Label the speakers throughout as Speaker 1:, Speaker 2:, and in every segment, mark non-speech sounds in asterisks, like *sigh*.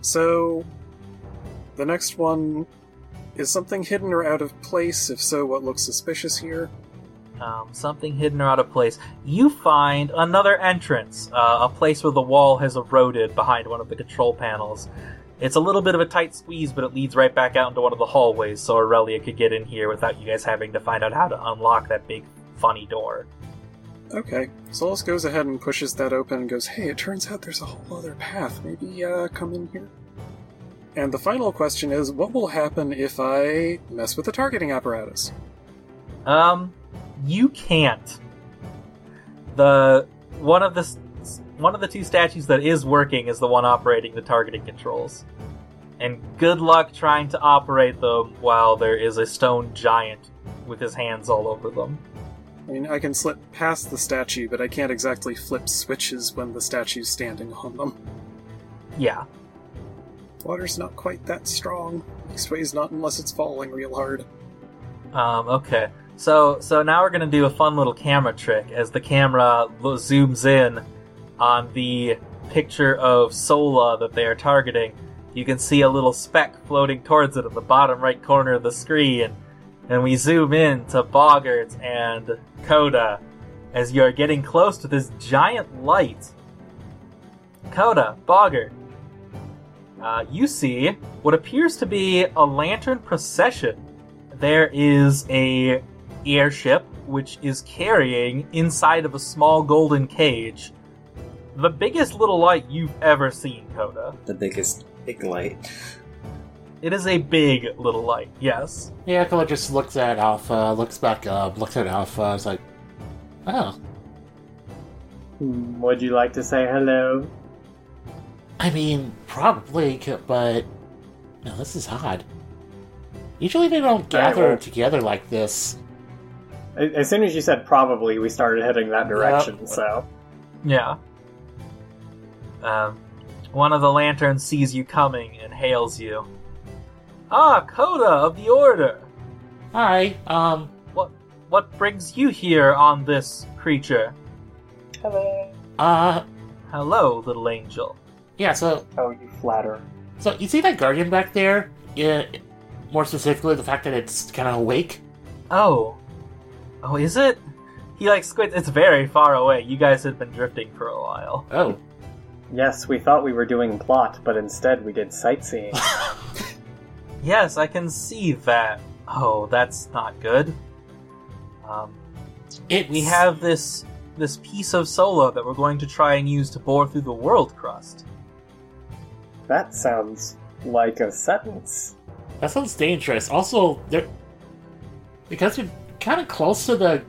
Speaker 1: So, the next one is something hidden or out of place. If so, what looks suspicious here?
Speaker 2: Um, something hidden or out of place. You find another entrance, uh, a place where the wall has eroded behind one of the control panels. It's a little bit of a tight squeeze, but it leads right back out into one of the hallways, so Aurelia could get in here without you guys having to find out how to unlock that big, funny door.
Speaker 1: Okay, Solus goes ahead and pushes that open and goes, Hey, it turns out there's a whole other path. Maybe uh, come in here? And the final question is what will happen if I mess with the targeting apparatus?
Speaker 2: Um, you can't. The one of the s- one of the two statues that is working is the one operating the targeting controls. And good luck trying to operate them while there is a stone giant with his hands all over them.
Speaker 1: I mean, I can slip past the statue, but I can't exactly flip switches when the statue's standing on them.
Speaker 2: Yeah.
Speaker 1: Water's not quite that strong. Leastways, not unless it's falling real hard.
Speaker 2: Um, okay. So so now we're gonna do a fun little camera trick as the camera lo- zooms in on the picture of Sola that they are targeting. You can see a little speck floating towards it in the bottom right corner of the screen, and we zoom in to Boggart and Coda as you are getting close to this giant light. Coda, Boggart, uh, you see what appears to be a lantern procession there is a airship which is carrying inside of a small golden cage the biggest little light you've ever seen coda
Speaker 3: The biggest big light.
Speaker 2: it is a big little light yes
Speaker 4: Yeah, Echo just looks at Alpha, looks back up, looks at Alpha, is like, oh.
Speaker 5: Hmm, Would you like to say hello?
Speaker 4: I mean, probably, c- but. No, this is odd. Usually they don't
Speaker 5: Alright,
Speaker 4: gather
Speaker 5: well-
Speaker 4: together like this.
Speaker 5: A- As soon as you said probably, we started heading that direction.
Speaker 4: Yep.
Speaker 5: So
Speaker 2: yeah um, one of the lanterns sees you coming and hails you ah coda of the order
Speaker 4: Hi, um,
Speaker 2: what brings you here on this creature
Speaker 5: hello.
Speaker 4: uh,
Speaker 2: hello little angel
Speaker 4: yeah, so
Speaker 5: Oh, you flatter.
Speaker 4: So you see that guardian back there? Yeah. More specifically, the fact that it's kind of awake.
Speaker 2: Oh. Oh, is it? He like squints. It's very far away. You guys had been drifting for a while.
Speaker 4: Oh,
Speaker 5: Yes, we thought we were doing plot, but instead we did sightseeing.
Speaker 2: Yes, I can see that. Oh, that's not good. Um,
Speaker 4: it.
Speaker 2: we have this this piece of solo that we're going to try and use to bore through the world crust.
Speaker 5: that sounds like a sentence.
Speaker 4: That sounds dangerous. Also, there because you're kind of close to the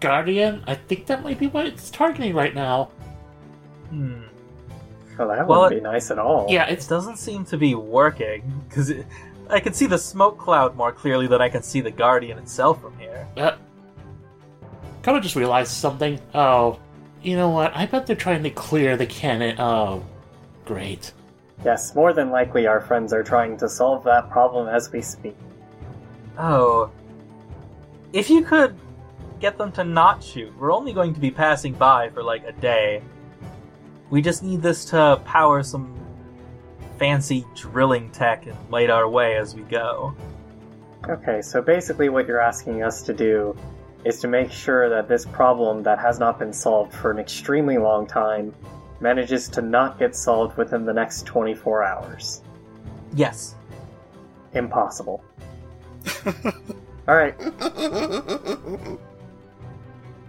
Speaker 4: guardian. I think that might be what it's targeting right now.
Speaker 2: Hmm.
Speaker 5: Well, that
Speaker 2: Well,
Speaker 5: wouldn't be nice at all.
Speaker 4: Yeah,
Speaker 2: It
Speaker 4: it's
Speaker 2: doesn't seem to be working because I can see the smoke cloud more clearly than I can see the guardian itself from here.
Speaker 4: uh, kind of just realized something. Oh, you know what? I bet they're trying to clear the cannon. Oh, great.
Speaker 5: Yes, more than likely our friends are trying to solve that problem as we speak.
Speaker 2: Oh. If you could get them to not shoot, we're only going to be passing by for like a day. We just need this to power some fancy drilling tech and light our way as we go.
Speaker 5: Okay, so basically what you're asking us to do is to make sure that this problem that has not been solved for an extremely long time manages to not get solved within the next 24 hours.
Speaker 2: Yes.
Speaker 5: Impossible. All right,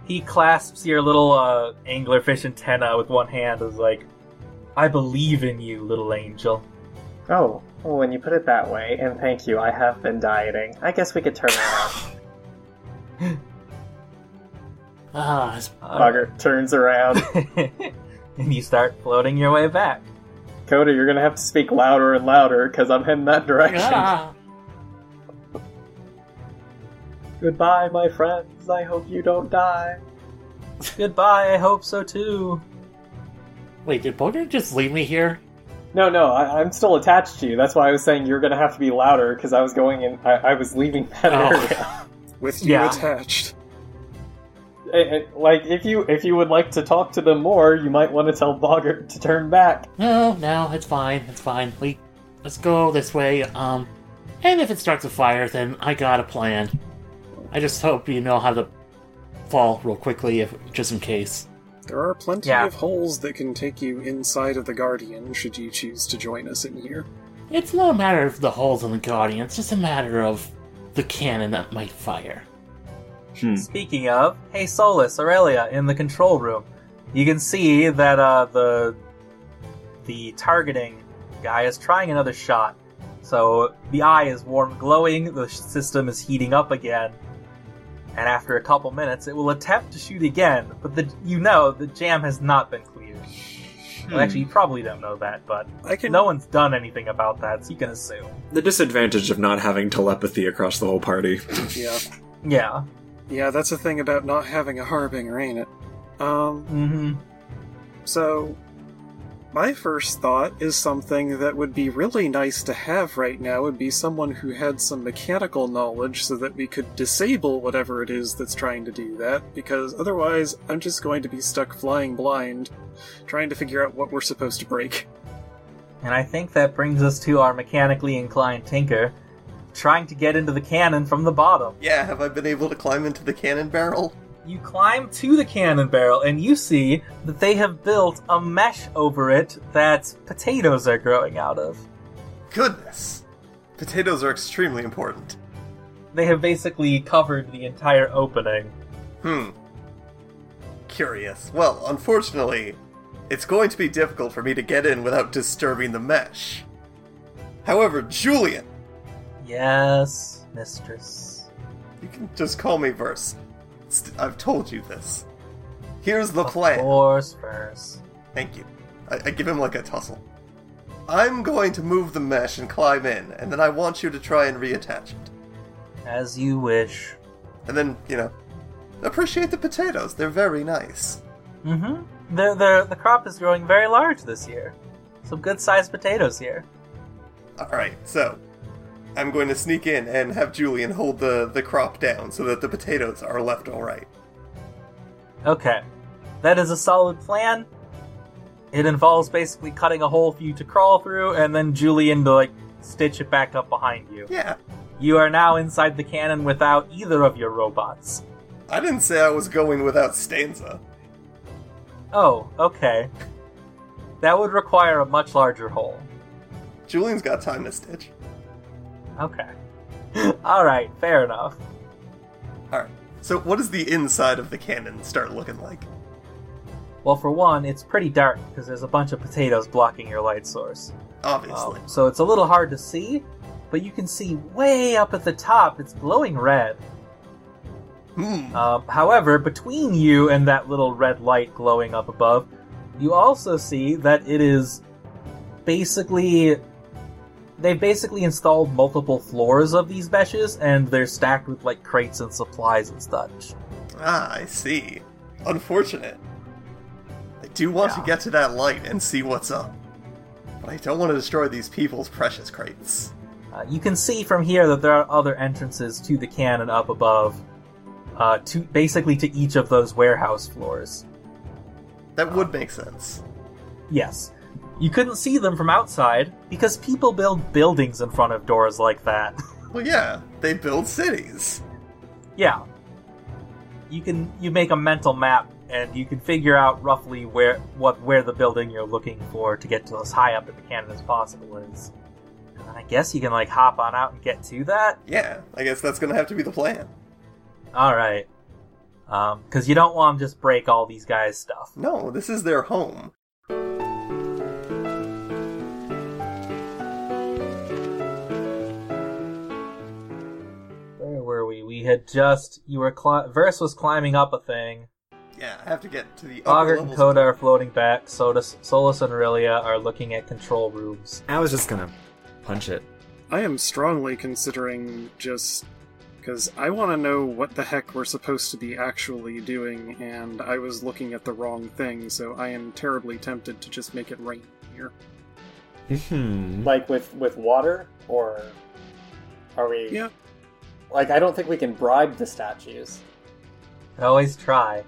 Speaker 2: He clasps your little uh, anglerfish antenna with one hand and is like, I believe in you, little angel.
Speaker 5: Oh, well, when you put it that way, and thank you, I have been dieting. I guess we could turn around.
Speaker 4: Ah, it's-
Speaker 2: Uh,
Speaker 5: Bugger turns around.
Speaker 2: *laughs* and you start floating your way back.
Speaker 5: Coda, you're gonna have to speak louder and louder, because I'm heading that direction.
Speaker 4: ah.
Speaker 5: Goodbye, my friends. I hope you don't die.
Speaker 2: Goodbye, I hope so too.
Speaker 4: Wait, did Bogart just leave me here?
Speaker 5: No, no, I, I'm still attached to you. That's why I was saying you're gonna have to be louder, because I was going in. I, I was leaving that
Speaker 4: Oh.
Speaker 5: area. *laughs*
Speaker 1: With you
Speaker 2: Yeah.
Speaker 1: attached.
Speaker 5: it- it- like if you if you would like to talk to them more, you might want to tell Bogart to turn back.
Speaker 4: No, no, it's fine, it's fine. We let's go this way. Um, and if it starts a fire, then I got a plan. I just hope you know how to fall real quickly, if just in case.
Speaker 1: There are plenty
Speaker 2: Yeah.
Speaker 1: of holes that can take you inside of the Guardian should you choose to join us in here.
Speaker 4: It's not a matter of the holes in the Guardian. It's just a matter of the cannon that might fire.
Speaker 3: Hmm.
Speaker 2: Speaking of, hey Solus, Aurelia, in the control room, you can see that uh, the the targeting guy is trying another shot. So the eye is warm, glowing. The system is heating up again, and after a couple minutes, it will attempt to shoot again. But the you know the jam has not been cleared. Well, actually, you probably don't know that, but
Speaker 1: I can
Speaker 2: no one's done anything about that, so you can assume.
Speaker 3: The disadvantage of not having telepathy across the whole party.
Speaker 1: Yeah.
Speaker 2: Yeah.
Speaker 1: Yeah, that's the thing about not having a harbinger, ain't it? Um
Speaker 2: Mm-hmm.
Speaker 1: So, my first thought is something that would be really nice to have right now would be someone who had some mechanical knowledge so that we could disable whatever it is that's trying to do that, because otherwise I'm just going to be stuck flying blind trying to figure out what we're supposed to break.
Speaker 2: And I think that brings us to our mechanically inclined Tinker trying to get into the cannon from the bottom.
Speaker 6: Yeah, have I been able to climb into the cannon barrel?
Speaker 2: You climb to the cannon barrel and you see that they have built a mesh over it that potatoes are growing out of.
Speaker 6: Goodness! Potatoes are extremely important.
Speaker 2: They have basically covered the entire opening.
Speaker 6: Hmm. Curious. Well, unfortunately, it's going to be difficult for me to get in without disturbing the mesh. However, Julian,
Speaker 2: Yes, mistress.
Speaker 6: you can just call me Verse. St- I've told you this. Here's the
Speaker 2: Of
Speaker 6: plan.
Speaker 2: course, first.
Speaker 6: Thank you. I, I give him like a tussle. I'm going to move the mesh and climb in, and then I want you to try and reattach it.
Speaker 2: As you wish.
Speaker 6: And then, you know, appreciate the potatoes. They're very nice.
Speaker 2: Mm-hmm. The, the, the crop is growing very large this year. Some good-sized potatoes here.
Speaker 6: Alright, so I'm going to sneak in and have Julian hold the, the crop down so that the potatoes are left alright.
Speaker 2: Okay. That is a solid plan. It involves basically cutting a hole for you to crawl through and then Julian to like stitch it back up behind you.
Speaker 6: Yeah.
Speaker 2: You are now inside the cannon without either of your robots.
Speaker 6: I didn't say I was going without Stanza.
Speaker 2: Oh, okay. That would require a much larger hole.
Speaker 6: Julian's got time to stitch.
Speaker 2: Okay. *laughs* Alright, fair enough.
Speaker 6: Alright. So what does the inside of the cannon start looking like?
Speaker 2: Well, for one, it's pretty dark because there's a bunch of potatoes blocking your light source.
Speaker 6: Obviously.
Speaker 2: Um, so it's a little hard to see, but you can see way up at the top, it's glowing red.
Speaker 6: Hmm.
Speaker 2: Um, however, between you and that little red light glowing up above, you also see that it is basically. They've basically installed multiple floors of these meshes, and they're stacked with like crates and supplies and such.
Speaker 6: Ah, I see. Unfortunate. I do want to
Speaker 2: Yeah.
Speaker 6: get to that light and see what's up. But I don't want to destroy these people's precious crates.
Speaker 2: Uh, you can see from here that there are other entrances to the cannon up above, uh, to basically to each of those warehouse floors.
Speaker 6: That would make sense.
Speaker 2: Yes. You couldn't see them from outside because people build buildings in front of doors like that. *laughs*
Speaker 6: Well, yeah, they build cities.
Speaker 2: Yeah. You can you make a mental map and you can figure out roughly where what where the building you're looking for to get to as high up in the cannon as possible is. And I guess you can like hop on out and get to that.
Speaker 6: Yeah, I guess that's gonna have to be the plan.
Speaker 2: All right. Um, cuz you don't want to just break all these guys stuff.
Speaker 6: No, this is their home.
Speaker 2: Where were we? We had just you were cli- Verse was climbing up a thing.
Speaker 6: Yeah, I have to get to the upper
Speaker 2: Bogart and
Speaker 6: levels.
Speaker 2: Coda are floating back. Solus, Solus and Aurelia are looking at control rooms.
Speaker 3: I was just gonna punch it.
Speaker 1: I am strongly considering just because I want to know what the heck we're supposed to be actually doing, and I was looking at the wrong thing, so I am terribly tempted to just make it rain here.
Speaker 3: Hmm.
Speaker 5: Like with with water, or are we?
Speaker 1: Yeah,
Speaker 5: Like I don't think we can bribe the statues.
Speaker 2: I always try.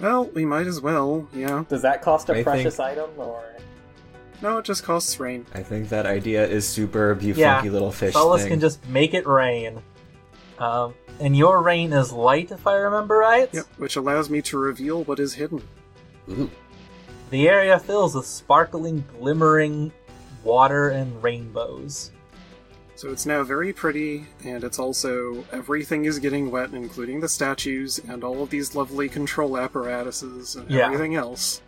Speaker 1: Well, we might as well, yeah.
Speaker 5: Does that cost a
Speaker 7: I think-
Speaker 5: precious item, or
Speaker 1: No, it just costs rain.
Speaker 7: I think that idea is superb, you
Speaker 2: Yeah,
Speaker 7: funky little fish
Speaker 2: Solus
Speaker 7: thing.
Speaker 2: can just make it rain. Um, and your rain is light, if I remember right.
Speaker 1: Yep, which allows me to reveal what is hidden.
Speaker 7: Ooh.
Speaker 2: The area fills with sparkling, glimmering water and rainbows.
Speaker 1: So it's now very pretty, and it's also everything is getting wet, including the statues and all of these lovely control apparatuses and
Speaker 2: Yeah.
Speaker 1: everything else.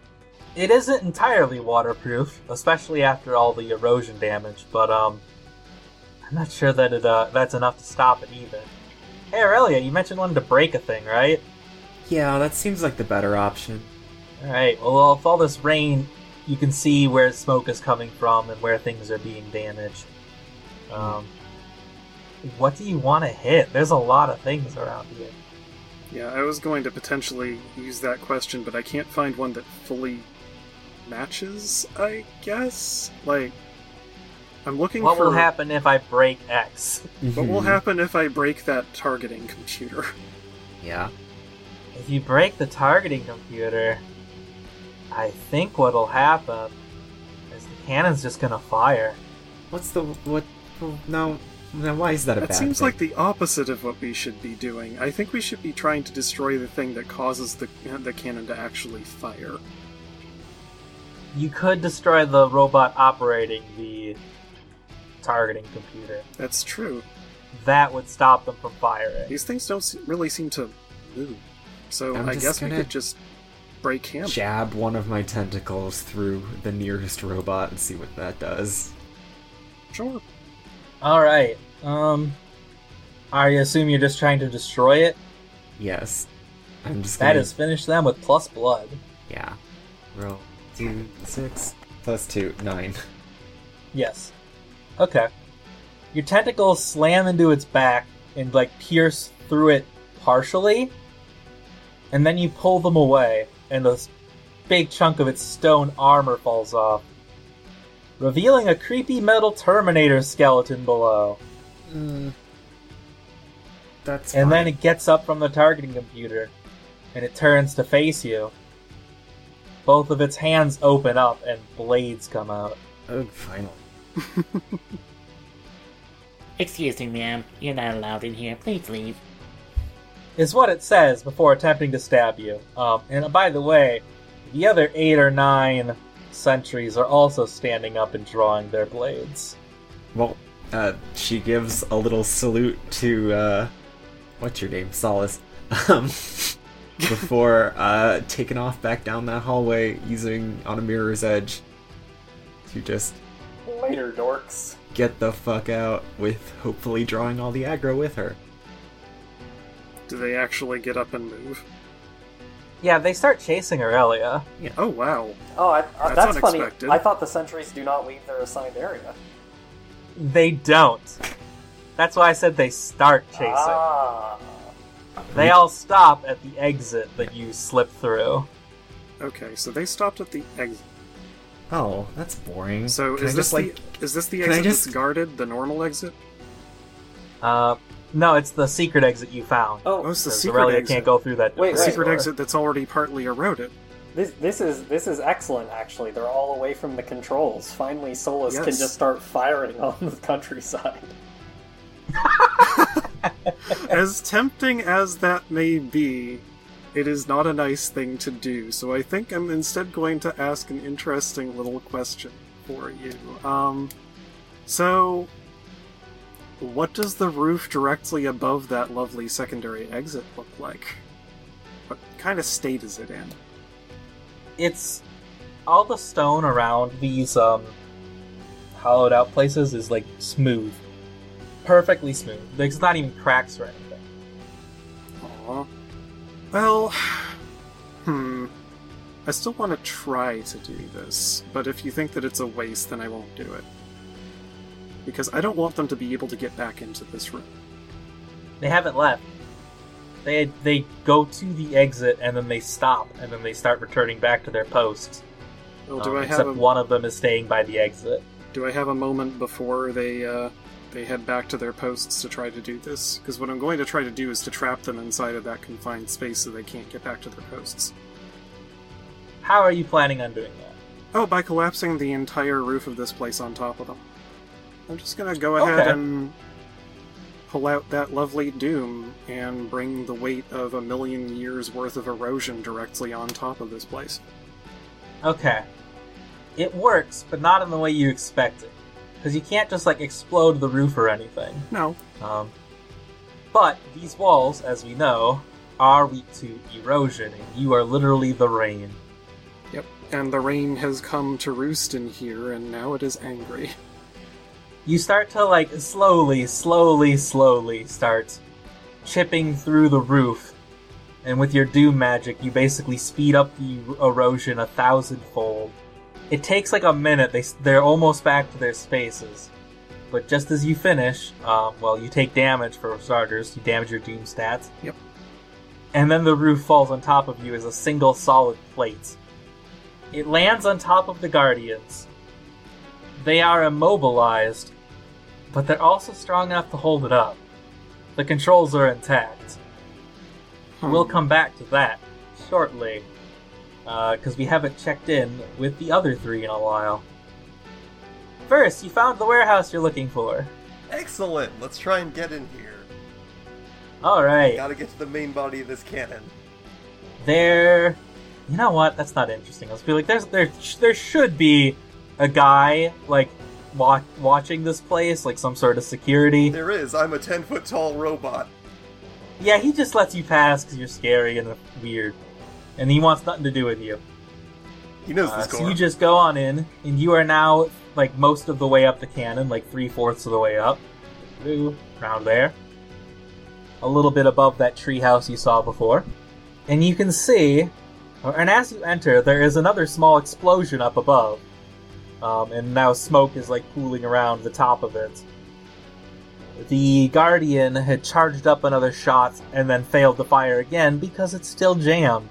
Speaker 2: It isn't entirely waterproof, especially after all the erosion damage, but um, I'm not sure that it uh, that's enough to stop it either. Hey Aurelia, you mentioned wanting to break a thing, right?
Speaker 7: Yeah, that seems like the better option.
Speaker 2: All right. Well, with all this rain, you can see where smoke is coming from and where things are being damaged. Um, what do you want to hit? There's a lot of things around here.
Speaker 1: Yeah, I was going to potentially use that question, but I can't find one that fully matches, I guess? Like, I'm looking
Speaker 2: What
Speaker 1: for
Speaker 2: will happen if I break X? *laughs*
Speaker 1: what
Speaker 7: Mhm.
Speaker 1: will happen if I break that targeting *laughs* computer.
Speaker 7: Yeah.
Speaker 2: If you break the targeting computer, I think what'll happen is the cannon's just gonna fire.
Speaker 7: What's the what? well, No, no. Why is that a
Speaker 1: That
Speaker 7: bad
Speaker 1: seems
Speaker 7: thing?
Speaker 1: like the opposite of what we should be doing. I think we should be trying to destroy the thing that causes the the cannon to actually fire.
Speaker 2: You could destroy the robot operating the targeting computer.
Speaker 1: That's true.
Speaker 2: That would stop them from firing.
Speaker 1: These things don't se- really seem to move, so
Speaker 7: I'm
Speaker 1: I
Speaker 7: just
Speaker 1: guess we
Speaker 7: gonna-
Speaker 1: could just break him.
Speaker 7: jab one of my tentacles through the nearest robot and see what that does.
Speaker 1: Sure.
Speaker 2: All right. Um, I assume you're just trying to destroy it.
Speaker 7: Yes. I'm just
Speaker 2: That
Speaker 7: gonna.
Speaker 2: is finish them with plus blood.
Speaker 7: Yeah. Roll two, six, plus two, nine.
Speaker 2: Yes. Okay. Your tentacles slam into its back and like pierce through it partially, and then you pull them away, and a s- big chunk of its stone armor falls off, revealing a creepy metal Terminator skeleton below.
Speaker 7: That's
Speaker 2: And then it gets up from the targeting computer, and it turns to face you. Both of its hands open up, and blades come out.
Speaker 7: oh, final.
Speaker 4: Excuse me, ma'am. You're not allowed in here. Please leave.
Speaker 2: is what it says before attempting to stab you. Um, and by the way, the other eight or nine sentries are also standing up and drawing their blades.
Speaker 7: Well, uh, she gives a little salute to uh, what's your name, Solace, *laughs*
Speaker 6: *laughs*
Speaker 7: um, before uh, taking off back down that hallway using on a mirror's edge to just
Speaker 5: later dorks?
Speaker 7: get the fuck out with hopefully drawing all the aggro with her.
Speaker 1: Do they actually get up and move?
Speaker 2: Yeah, they start chasing Aurelia.
Speaker 1: Oh wow.
Speaker 5: Oh, I,
Speaker 1: That's
Speaker 5: uh, that's, funny.
Speaker 1: unexpected.
Speaker 5: I thought the sentries do not leave their assigned area.
Speaker 2: They don't. That's why I said they start chasing.
Speaker 5: Ah,
Speaker 2: They all stop at the exit that you slip through.
Speaker 1: Okay, so they stopped at the exit.
Speaker 7: Oh, that's boring.
Speaker 1: So
Speaker 7: Can I
Speaker 1: is this
Speaker 7: just, like
Speaker 1: the is this the
Speaker 7: can I
Speaker 1: exit
Speaker 7: just-
Speaker 1: that's guarded? The normal exit?
Speaker 2: Uh, no, it's the secret exit you found.
Speaker 1: Oh,
Speaker 5: oh,
Speaker 1: it's the
Speaker 2: 'Cause
Speaker 1: secret
Speaker 2: Aurelia
Speaker 1: exit.
Speaker 2: can't go through that.
Speaker 5: Wait,
Speaker 1: The
Speaker 5: right.
Speaker 1: secret exit that's already partly eroded.
Speaker 5: this this is this is excellent. Actually, they're all away from the controls. Finally, Solus can
Speaker 1: Yes.
Speaker 5: just start firing *laughs* on the countryside.
Speaker 1: *laughs* as tempting as that may be, it is not a nice thing to do. So I think I'm instead going to ask an interesting little question for you. Um, so, what does the roof directly above that lovely secondary exit look like? What kind of state is it in?
Speaker 2: it's all the stone around these um hollowed out places is like smooth perfectly smooth there's not even cracks or anything
Speaker 1: Aw. Well, *sighs* hmm. I still want to try to do this, but if you think that it's a waste, then I won't do it. Because I don't want them to be able to get back into this room.
Speaker 2: they haven't left they they go to the exit and then they stop and then they start returning back to their posts
Speaker 1: Well, do
Speaker 2: Um,
Speaker 1: I have
Speaker 2: except
Speaker 1: a
Speaker 2: one of them is staying by the exit
Speaker 1: do I have a moment before they uh, they head back to their posts to try to do this, because what I'm going to try to do is to trap them inside of that confined space so they can't get back to their posts.
Speaker 2: How are you planning on doing that?
Speaker 1: Oh, by collapsing the entire roof of this place on top of them. I'm just gonna go ahead
Speaker 2: Okay.
Speaker 1: and pull out that lovely doom and bring the weight of a million years worth of erosion directly on top of this place.
Speaker 2: Okay. It works, but not in the way you expect it. Because you can't just, like, explode the roof or anything.
Speaker 1: No.
Speaker 2: Um, but these walls, as we know, are weak to erosion, and you are literally the rain.
Speaker 1: Yep. And the rain has come to roost in here, and now it is angry.
Speaker 2: You start to, like, slowly, slowly, slowly start chipping through the roof, and with your doom magic, you basically speed up the erosion a thousandfold. It takes like a minute. They s- they're almost back to their spaces, but just as you finish, um, well, you take damage for starters. You damage your doom stats.
Speaker 1: Yep.
Speaker 2: And then the roof falls on top of you as a single solid plate. It lands on top of the guardians. They are immobilized, but they're also strong enough to hold it up. The controls are intact. We'll come back to that shortly, because we haven't checked in with the other three in a while. First, you found the warehouse you're looking for.
Speaker 6: Excellent. Let's try and get in here.
Speaker 2: All right.
Speaker 6: Gotta get to the main body of this cannon.
Speaker 2: there you know what that's not interesting let's be like there's there sh- there should be a guy like wa- watching this place like some sort of security
Speaker 6: There is. I'm a ten foot tall robot.
Speaker 2: yeah he just lets you pass because you're scary and weird and he wants nothing to do with you
Speaker 6: He knows
Speaker 2: Uh,
Speaker 6: the
Speaker 2: so
Speaker 6: score.
Speaker 2: you just go on in and you are now like most of the way up the cannon like three-fourths of the way up Ooh, around there a little bit above that tree house you saw before and you can see and as you enter there is another small explosion up above um, and now smoke is like pooling around the top of it the guardian had charged up another shot and then failed to fire again because it's still jammed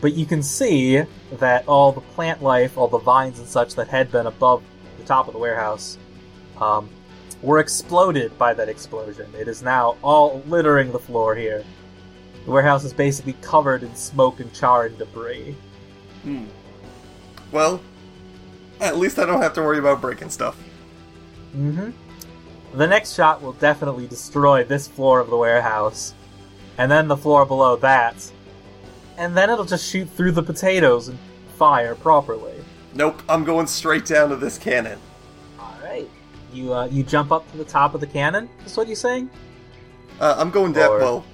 Speaker 2: but you can see that all the plant life, all the vines and such that had been above the top of the warehouse, um, were exploded by that explosion. It is now all littering the floor here. The warehouse is basically covered in smoke and char and debris.
Speaker 6: Well, at least I don't have to worry about breaking stuff.
Speaker 2: hmm The next shot will definitely destroy this floor of the warehouse, and then the floor below that, and then it'll just shoot through the potatoes and fire properly.
Speaker 6: Nope. I'm going straight down to this cannon.
Speaker 2: All right. You uh, you jump up to the top of the cannon. Is what you're saying?
Speaker 6: Uh, I'm going down.
Speaker 2: Or-
Speaker 6: Well,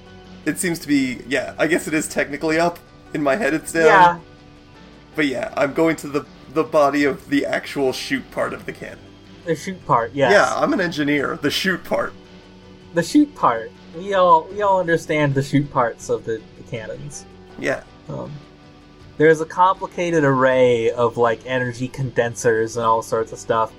Speaker 6: it seems to be. Yeah, I guess it is technically up. In my head, it's down.
Speaker 2: Yeah.
Speaker 6: But yeah, I'm going to the the body of the actual shoot part of the cannon.
Speaker 2: The shoot part. Yes.
Speaker 6: Yeah, I'm an engineer. The shoot part.
Speaker 2: The shoot part. We all we all understand the shoot parts of the, the cannons.
Speaker 6: Yeah.
Speaker 2: Um, there's a complicated array of like energy condensers and all sorts of stuff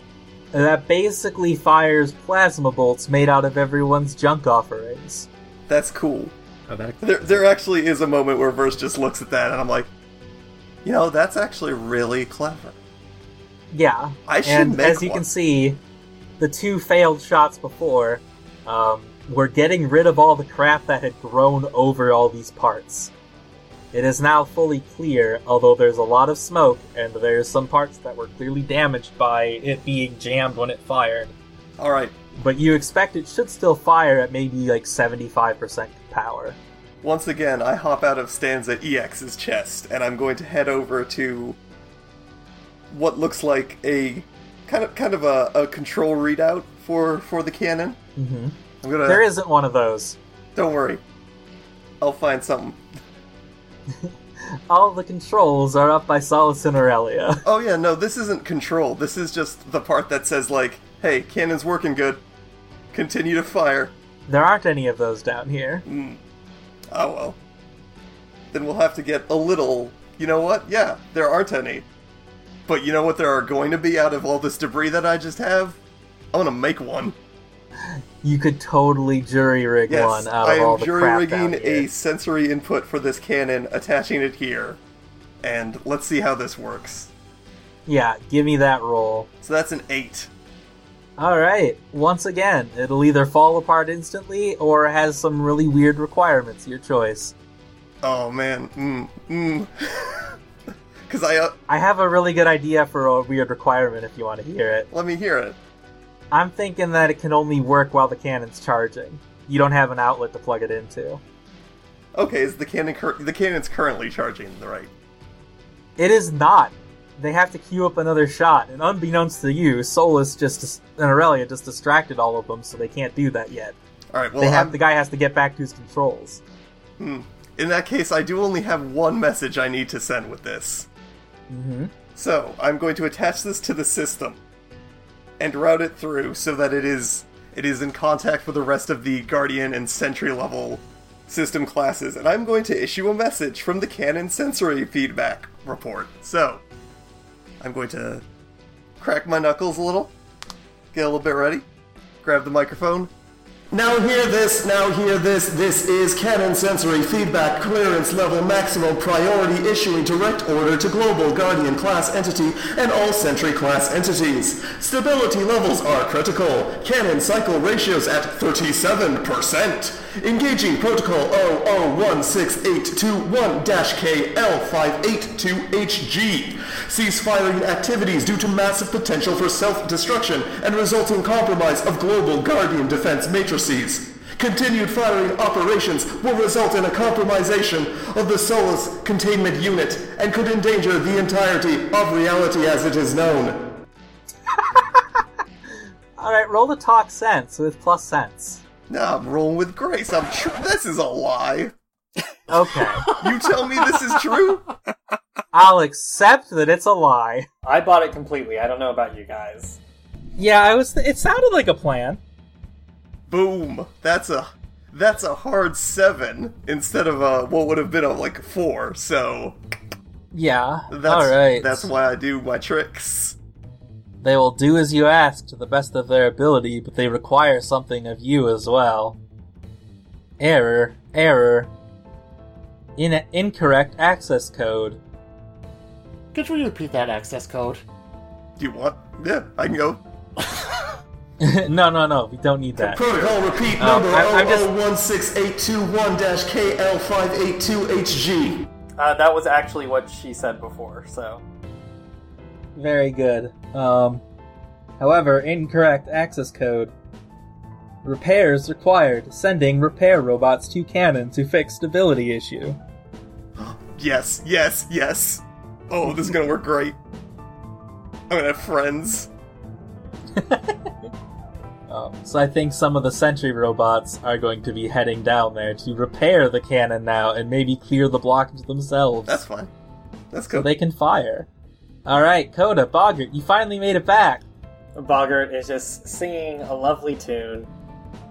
Speaker 2: and that basically fires plasma bolts made out of everyone's junk offerings.
Speaker 6: That's cool.
Speaker 7: Oh, that
Speaker 6: There, there actually is a moment where Verse just looks at that and I'm like, you know, that's actually really clever.
Speaker 2: Yeah.
Speaker 6: I should
Speaker 2: and
Speaker 6: make
Speaker 2: as you
Speaker 6: one.
Speaker 2: can see, the two failed shots before um, were getting rid of all the crap that had grown over all these parts. It is now fully clear, although there's a lot of smoke, and there's some parts that were clearly damaged by it being jammed when it fired.
Speaker 6: All right.
Speaker 2: But you expect it should still fire at maybe like 75% power.
Speaker 6: Once again, I hop out of Stanza EX's chest and I'm going to head over to what looks like a kind of kind of a, a control readout for for the cannon.
Speaker 2: hmm
Speaker 6: I'm gonna.
Speaker 2: There isn't one of those.
Speaker 6: Don't worry. I'll find something.
Speaker 2: All the controls are up by Solace and Aurelia. *laughs*
Speaker 6: Oh yeah, no, this isn't control. This is just the part that says like, "Hey, cannon's working good. Continue to fire."
Speaker 2: There aren't any of those down here.
Speaker 6: Oh well. Then we'll have to get a little. You know what? Yeah, there aren't any. But you know what there are going to be out of all this debris that I just have? I'm gonna make one.
Speaker 2: You could totally jury rig
Speaker 6: Yes,
Speaker 2: one out
Speaker 6: I
Speaker 2: of all
Speaker 6: am
Speaker 2: the
Speaker 6: jury
Speaker 2: crap
Speaker 6: rigging
Speaker 2: down
Speaker 6: a
Speaker 2: here.
Speaker 6: sensory input for this cannon, attaching it here, and let's see how this works.
Speaker 2: Yeah, give me that roll.
Speaker 6: So that's an eight.
Speaker 2: All right. Once again, it'll either fall apart instantly or has some really weird requirements. Your choice.
Speaker 6: Oh man, mm, mm. *laughs* Because I uh,
Speaker 2: I have a really good idea for a weird requirement if you want to hear it.
Speaker 6: let me hear it.
Speaker 2: I'm thinking that it can only work while the cannon's charging. You don't have an outlet to plug it into.
Speaker 6: Okay, is the cannon cur- the cannon's currently charging, right?
Speaker 2: It is not. They have to queue up another shot, and unbeknownst to you, Solus just dis- and Aurelia just distracted all of them, so they can't do that yet.
Speaker 6: All right. Well,
Speaker 2: they have
Speaker 6: I'm-
Speaker 2: the guy has to get back to his controls.
Speaker 6: in that case, I do only have one message I need to send with this.
Speaker 2: Mm-hmm.
Speaker 6: So I'm going to attach this to the system and route it through so that it is it is in contact with the rest of the Guardian and Sentry level system classes, and I'm going to issue a message from the Canon sensory feedback report. So I'm going to crack my knuckles a little, get a little bit ready, grab the microphone.
Speaker 8: Now hear this, now hear this. This is Canon Sensory Feedback Clearance Level Maximum Priority issuing direct order to Global Guardian Class Entity and all Sentry Class entities. Stability levels are critical. Canon cycle ratios at 37%. Engaging Protocol 0016821-KL582HG. Cease firing activities due to massive potential for self-destruction and resulting compromise of global guardian defense matrices. Continued firing operations will result in a compromisation of the Solus containment unit and could endanger the entirety of reality as it is known.
Speaker 2: All right, roll the talk sense with plus *laughs* sense.
Speaker 6: Nah, I'm rolling with grace. I'm tr- this is a lie.
Speaker 2: Okay,
Speaker 6: You tell me this is true?
Speaker 2: I'll accept that it's a lie.
Speaker 5: I bought it completely. I don't know about you guys.
Speaker 2: Yeah, I was. Th- it sounded like a plan.
Speaker 6: Boom. That's a that's a hard seven instead of a what would have been a like four. So
Speaker 2: Yeah.
Speaker 6: that's
Speaker 2: All right.
Speaker 6: that's why I do my tricks.
Speaker 2: They will do as you ask to the best of their ability, but they require something of you as well. Error, error. In- incorrect access code. *laughs*
Speaker 4: Could you repeat that access code?
Speaker 6: Do you want? Yeah, I can go.
Speaker 2: no, no, no, we don't need that.
Speaker 8: Protocol repeat
Speaker 2: Um,
Speaker 8: number
Speaker 2: I- I'm just-
Speaker 8: 0016821-KL582HG.
Speaker 5: Uh, that was actually what she said before, so.
Speaker 2: Very good. Um, however, incorrect access code. Repairs required. Sending repair robots to Canon to fix stability issue.
Speaker 6: Yes, yes, yes. Oh, this is gonna work great. I'm gonna have friends.
Speaker 2: Um, so I think some of the sentry robots are going to be heading down there to repair the cannon now and maybe clear the blockage themselves
Speaker 6: That's fine. That's
Speaker 2: so
Speaker 6: good.
Speaker 2: they can fire. All right, Coda, Boggart, you finally made it back.
Speaker 5: Boggart is just singing a lovely tune.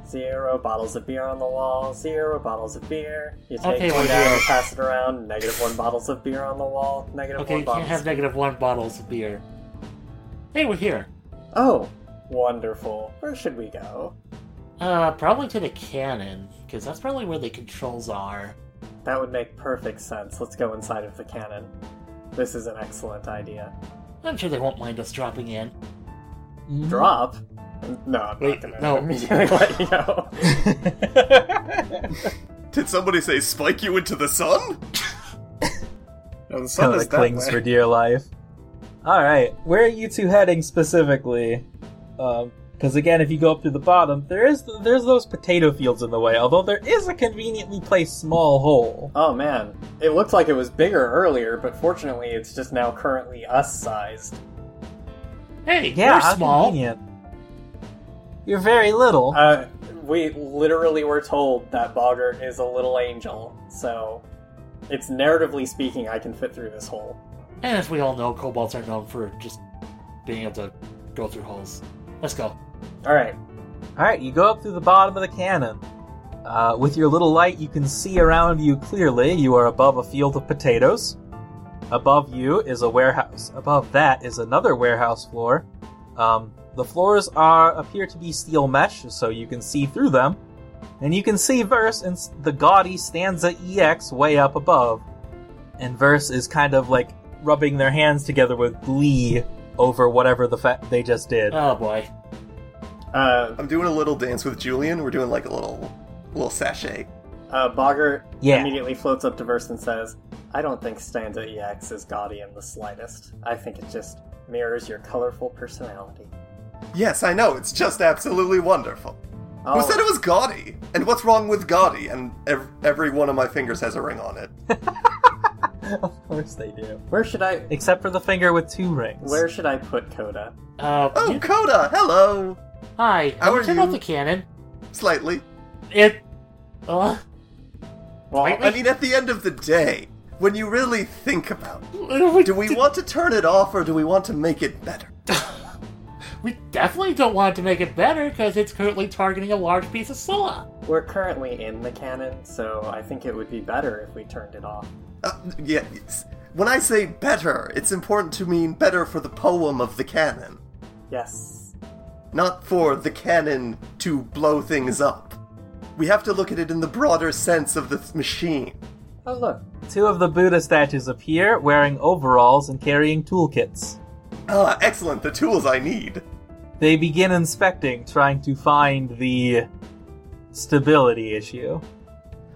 Speaker 5: Zero bottles of beer on the wall, zero bottles of beer. You take
Speaker 4: Okay,
Speaker 5: one
Speaker 4: wait,
Speaker 5: down,
Speaker 4: wait.
Speaker 5: you pass it around, negative one bottles of beer on the wall, negative
Speaker 4: Okay,
Speaker 5: one
Speaker 4: you can't
Speaker 5: bottles.
Speaker 4: have negative one bottles of beer. Hey, we're here.
Speaker 5: oh, wonderful. Where should we go?
Speaker 4: Uh, probably to the cannon, because that's probably where the controls are.
Speaker 5: That would make perfect sense. Let's go inside of the cannon. This is an excellent idea.
Speaker 4: I'm sure they won't mind us dropping in.
Speaker 5: Drop? No, I'm
Speaker 4: Wait,
Speaker 5: not gonna
Speaker 4: no.
Speaker 6: *laughs*
Speaker 5: immediately let *laughs* you know.
Speaker 6: Did somebody say spike you into
Speaker 2: *laughs*
Speaker 6: the sun?
Speaker 1: Now, the sun
Speaker 2: Coda
Speaker 1: is that
Speaker 2: clings
Speaker 1: way.
Speaker 2: for dear life. All right, where are you two heading specifically? Because again, if you go up to the bottom, there is there's those potato fields in the way. Although there is a conveniently placed small hole.
Speaker 5: Oh man, it looked like it was bigger earlier, but fortunately it's just now currently us sized.
Speaker 4: Hey,
Speaker 2: Yeah,
Speaker 4: we're
Speaker 2: how
Speaker 4: small.
Speaker 2: convenient. You're very little.
Speaker 5: Uh, we literally were told that Boggart is a little angel, so it's narratively speaking, I can fit through this hole.
Speaker 4: And as we all know, kobolds are known for just being able to go through holes. Let's go.
Speaker 5: Alright,
Speaker 2: All right, you go up through the bottom of the cannon. Uh, with your little light, you can see around you clearly. You are above a field of potatoes. Above you is a warehouse. Above that is another warehouse floor. Um, the floors are appear to be steel mesh, so you can see through them. And you can see Verse and s- the gaudy stanza EX way up above. And Verse is kind of like
Speaker 4: Uh.
Speaker 2: rubbing their hands together with glee over whatever the fact they just did.
Speaker 4: Oh boy.
Speaker 5: Uh,
Speaker 6: I'm doing a little dance with Julian. We're doing like a little little sachet.
Speaker 5: uh, Bogger
Speaker 2: Yeah.
Speaker 5: immediately floats up to Verse and says, I don't think Stanza EX is gaudy in the slightest. I think it just mirrors your colorful personality.
Speaker 6: Yes, I know. It's just absolutely wonderful.
Speaker 5: Oh,
Speaker 6: Who said it was gaudy? And what's wrong with gaudy? And ev- every one of my fingers has a ring on it.
Speaker 2: *laughs* of course they do.
Speaker 5: where should I
Speaker 2: Except for the finger with two rings.
Speaker 5: where should I put Coda?
Speaker 4: Uh,
Speaker 6: Oh,
Speaker 4: yeah.
Speaker 6: Coda, hello.
Speaker 4: hi.
Speaker 6: how are
Speaker 4: turn off
Speaker 6: you?
Speaker 4: the cannon.
Speaker 6: Slightly.
Speaker 4: It. Uh,
Speaker 5: Well,
Speaker 6: I mean, at the end of the day, when you really think about it,
Speaker 4: we, *laughs*
Speaker 6: do we want to turn it off or do we want to make it better?
Speaker 4: we definitely don't want to make it better because it's currently targeting a large piece of Scylla.
Speaker 5: we're currently in the canon, so I think it would be better if we turned it off.
Speaker 6: Uh, yeah. yes. When I say better, it's important to mean better for the poem of the canon,
Speaker 5: Yes.
Speaker 6: not for the canon to blow things up. We have to look at it in the broader sense of the machine.
Speaker 5: Oh look,
Speaker 2: Two of the Buddha statues appear wearing overalls and carrying toolkits.
Speaker 6: Ah, excellent, the tools I need.
Speaker 2: They begin inspecting, trying to find the stability issue.